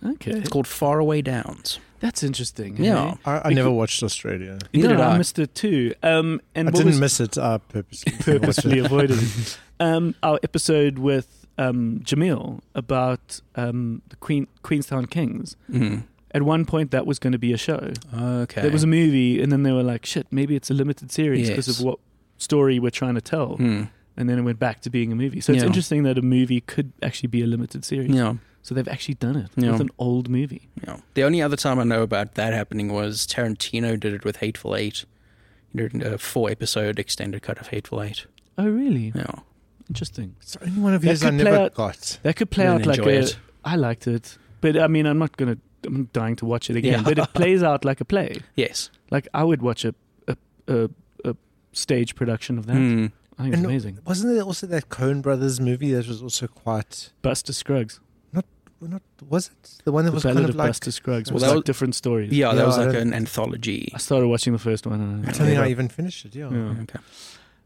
Speaker 1: Okay,
Speaker 3: It's called Faraway Downs.
Speaker 1: that's interesting.
Speaker 3: Yeah.
Speaker 4: I, I never watched Australia.
Speaker 1: You
Speaker 3: Neither
Speaker 1: know,
Speaker 3: did
Speaker 1: I
Speaker 3: I.
Speaker 1: missed it too. Um, and
Speaker 4: I
Speaker 1: what was
Speaker 4: didn't miss it. I purposely didn't watch
Speaker 1: purposely
Speaker 4: it.
Speaker 1: avoided it. Um, our episode with um, Jamil about um, the Queen Queenstown Kings.
Speaker 3: Mm.
Speaker 1: At one point, that was going to be a show.
Speaker 3: Okay.
Speaker 1: There was a movie, and then they were like, "Shit, maybe it's a limited series because
Speaker 3: Yes.
Speaker 1: of what story we're trying to tell."
Speaker 3: Hmm.
Speaker 1: And then it went back to being a movie. So it's
Speaker 3: Yeah.
Speaker 1: interesting that a movie could actually be a limited series.
Speaker 3: Hmm. Yeah.
Speaker 1: So they've actually done it
Speaker 3: Yeah.
Speaker 1: with an old movie.
Speaker 3: Yeah. The only other time I know about that happening was Tarantino did it with Hateful Eight. He did a four episode extended cut of Hateful Eight.
Speaker 1: Oh, really?
Speaker 3: Yeah.
Speaker 1: Interesting.
Speaker 4: It's the only one of
Speaker 1: That
Speaker 4: his I
Speaker 1: could play
Speaker 4: never
Speaker 1: out-
Speaker 4: got.
Speaker 1: That could play
Speaker 3: Really
Speaker 1: out like
Speaker 3: enjoy
Speaker 1: a. I
Speaker 3: it.
Speaker 1: liked it, but I mean, I'm not gonna. I'm dying to watch it again.
Speaker 3: Yeah.
Speaker 1: But it plays out like a play.
Speaker 3: Yes.
Speaker 1: Like I would watch a a a, a stage production of that.
Speaker 3: Hmm.
Speaker 1: I think it's
Speaker 4: And-
Speaker 1: amazing.
Speaker 4: Wasn't there also that Coen Brothers movie that was also quite?
Speaker 1: Buster Scruggs.
Speaker 4: well, Not was it the one that
Speaker 1: The
Speaker 4: was
Speaker 1: Ballad
Speaker 4: kind
Speaker 1: of
Speaker 4: of like?
Speaker 1: Buster Scruggs
Speaker 4: Well,
Speaker 1: was
Speaker 3: that
Speaker 1: like
Speaker 3: was-
Speaker 1: different stories.
Speaker 3: Yeah, that
Speaker 4: Yeah,
Speaker 3: was
Speaker 4: I
Speaker 3: like
Speaker 4: don't-
Speaker 3: an anthology.
Speaker 1: I started watching the first one. And
Speaker 4: I
Speaker 1: I
Speaker 4: don't think I even finished it. Yeah.
Speaker 1: Yeah.
Speaker 3: Okay.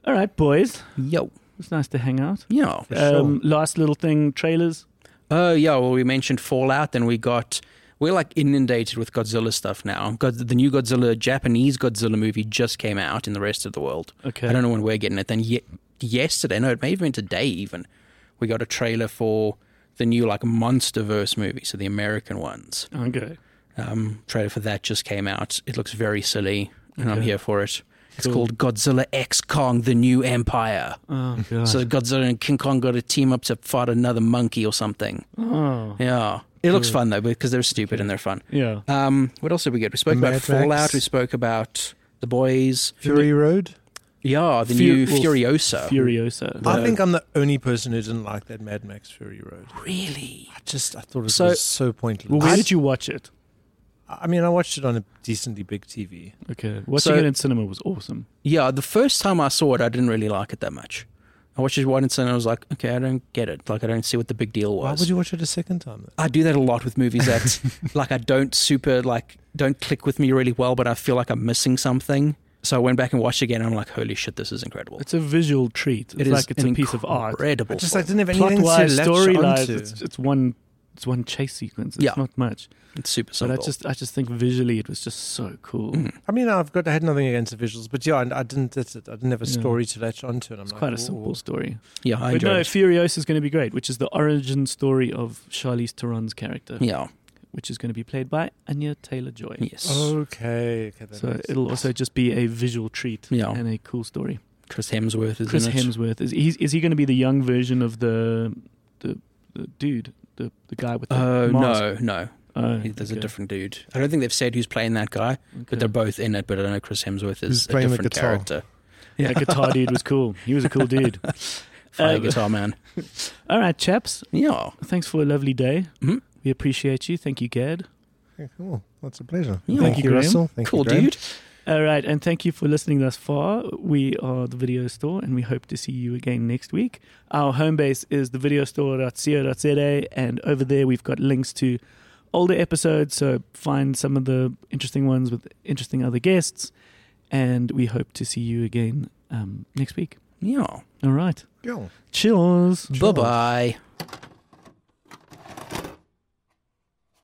Speaker 1: All right, boys.
Speaker 3: Yo.
Speaker 1: It's nice to hang out.
Speaker 3: Yeah.
Speaker 4: For
Speaker 1: Um, last little thing, trailers.
Speaker 3: Oh yeah, well we mentioned Fallout, then we got we're like inundated with Godzilla stuff now. God, the new Godzilla, Japanese Godzilla movie just came out in the rest of the world.
Speaker 1: Okay.
Speaker 3: I don't know when we're getting it. Then ye- yesterday, no, it may have been today even. We got a trailer for the new like MonsterVerse movie, so the American ones.
Speaker 1: Okay.
Speaker 3: Um, trailer for that just came out. It looks very silly, and I'm
Speaker 1: Okay.
Speaker 3: here for it. It's
Speaker 1: Cool.
Speaker 3: called Godzilla X Kong: The New Empire.
Speaker 1: Oh god.
Speaker 3: So Godzilla and King Kong got to team up to fight another monkey or something.
Speaker 1: oh.
Speaker 3: Yeah. It looks
Speaker 1: Yeah.
Speaker 3: fun though because they're stupid and they're fun.
Speaker 1: Yeah.
Speaker 3: Um, what else did we get? We spoke
Speaker 4: Mad
Speaker 3: about
Speaker 4: Max.
Speaker 3: Fallout. We spoke about the boys.
Speaker 4: Fury Road.
Speaker 3: Yeah, the
Speaker 1: Fu-
Speaker 3: new
Speaker 1: well,
Speaker 3: Furiosa.
Speaker 1: Furiosa.
Speaker 4: I think I'm the only person who didn't like that Mad Max Fury Road.
Speaker 3: really?
Speaker 4: I just I thought it
Speaker 3: So-
Speaker 4: was so pointless.
Speaker 1: Well, where
Speaker 4: I,
Speaker 1: did you watch it?
Speaker 4: I mean, I watched it on a decently big TV.
Speaker 1: Okay. Watching
Speaker 3: So-
Speaker 1: it in cinema was awesome.
Speaker 3: Yeah, the first time I saw it, I didn't really like it that much. I watched it once and I was like, okay, I don't get it. Like, I don't see what the big deal
Speaker 4: Why
Speaker 3: was.
Speaker 4: would you watch it a second time? Then?
Speaker 3: I do that a lot with movies that, like, I don't super like don't click with me really well, but I feel like I'm missing something. So I went back and watched it again. And I'm like, holy shit, this is incredible.
Speaker 1: It's a visual treat. It's
Speaker 3: It is
Speaker 1: like it's
Speaker 3: an
Speaker 1: a piece of art.
Speaker 3: Incredible.
Speaker 4: I just
Speaker 3: film.
Speaker 4: like didn't have
Speaker 1: Plot
Speaker 4: anything to
Speaker 1: wise,
Speaker 4: latch
Speaker 1: story wise,
Speaker 4: onto.
Speaker 1: it's, it's one it's one chase sequence. It's
Speaker 3: Yeah.
Speaker 1: not much.
Speaker 3: it's super
Speaker 1: But I
Speaker 3: simple.
Speaker 1: just I just think visually it was just so cool.
Speaker 3: Mm.
Speaker 4: I mean, I've got I had nothing against the visuals, but yeah, and I didn't. That's it. I didn't have a
Speaker 1: Yeah.
Speaker 4: story to latch onto, and I'm
Speaker 1: It's
Speaker 4: like,
Speaker 1: quite a
Speaker 4: "Whoa."
Speaker 1: simple story.
Speaker 3: yeah, I
Speaker 1: but
Speaker 3: enjoyed
Speaker 1: no,
Speaker 3: it.
Speaker 1: Furiosa is going to be great, which is the origin story of Charlize Theron's character,
Speaker 3: Yeah.
Speaker 1: which is going to be played by Anya Taylor Joy.
Speaker 3: Yes.
Speaker 1: oh,
Speaker 4: Okay, okay. that
Speaker 1: So
Speaker 4: makes
Speaker 1: it'll
Speaker 4: sense.
Speaker 1: also just be a visual treat
Speaker 3: Yeah.
Speaker 1: and a cool story.
Speaker 3: Chris Hemsworth is
Speaker 1: Chris
Speaker 3: in it.
Speaker 1: Hemsworth is he, is he going to be the young version of the the, the dude, the the guy with the
Speaker 3: Oh
Speaker 1: mask?
Speaker 3: no, no.
Speaker 1: Oh,
Speaker 3: He- There's a
Speaker 1: okay.
Speaker 3: different dude. I don't think they've said who's playing that guy,
Speaker 1: Okay.
Speaker 3: but they're both in it. But I know Chris Hemsworth
Speaker 4: Who's
Speaker 3: is a
Speaker 4: playing the
Speaker 3: different
Speaker 4: guitar?
Speaker 3: character.
Speaker 1: yeah. That guitar dude was cool. He was a cool dude.
Speaker 3: Fire
Speaker 1: Um,
Speaker 3: guitar man.
Speaker 1: All right, chaps.
Speaker 3: Yeah.
Speaker 1: Thanks for a lovely day.
Speaker 3: Mhm.
Speaker 1: We appreciate you. Thank you, Gad.
Speaker 4: Okay, cool. That's a pleasure.
Speaker 3: Yeah.
Speaker 1: Thank you, Graham.
Speaker 4: Thank
Speaker 3: Cool
Speaker 4: Graham.
Speaker 3: dude.
Speaker 1: All right, and thank you for listening thus far. We are the Video Store, and we hope to see you again next week. Our home base is thevideostore.co.za, and over there we've got links to older episodes. So find some of the interesting ones with interesting other guests, and we hope to see you again um, next week.
Speaker 3: Yeah.
Speaker 1: All right,
Speaker 4: Yeah.
Speaker 1: cheers.
Speaker 3: Bye bye.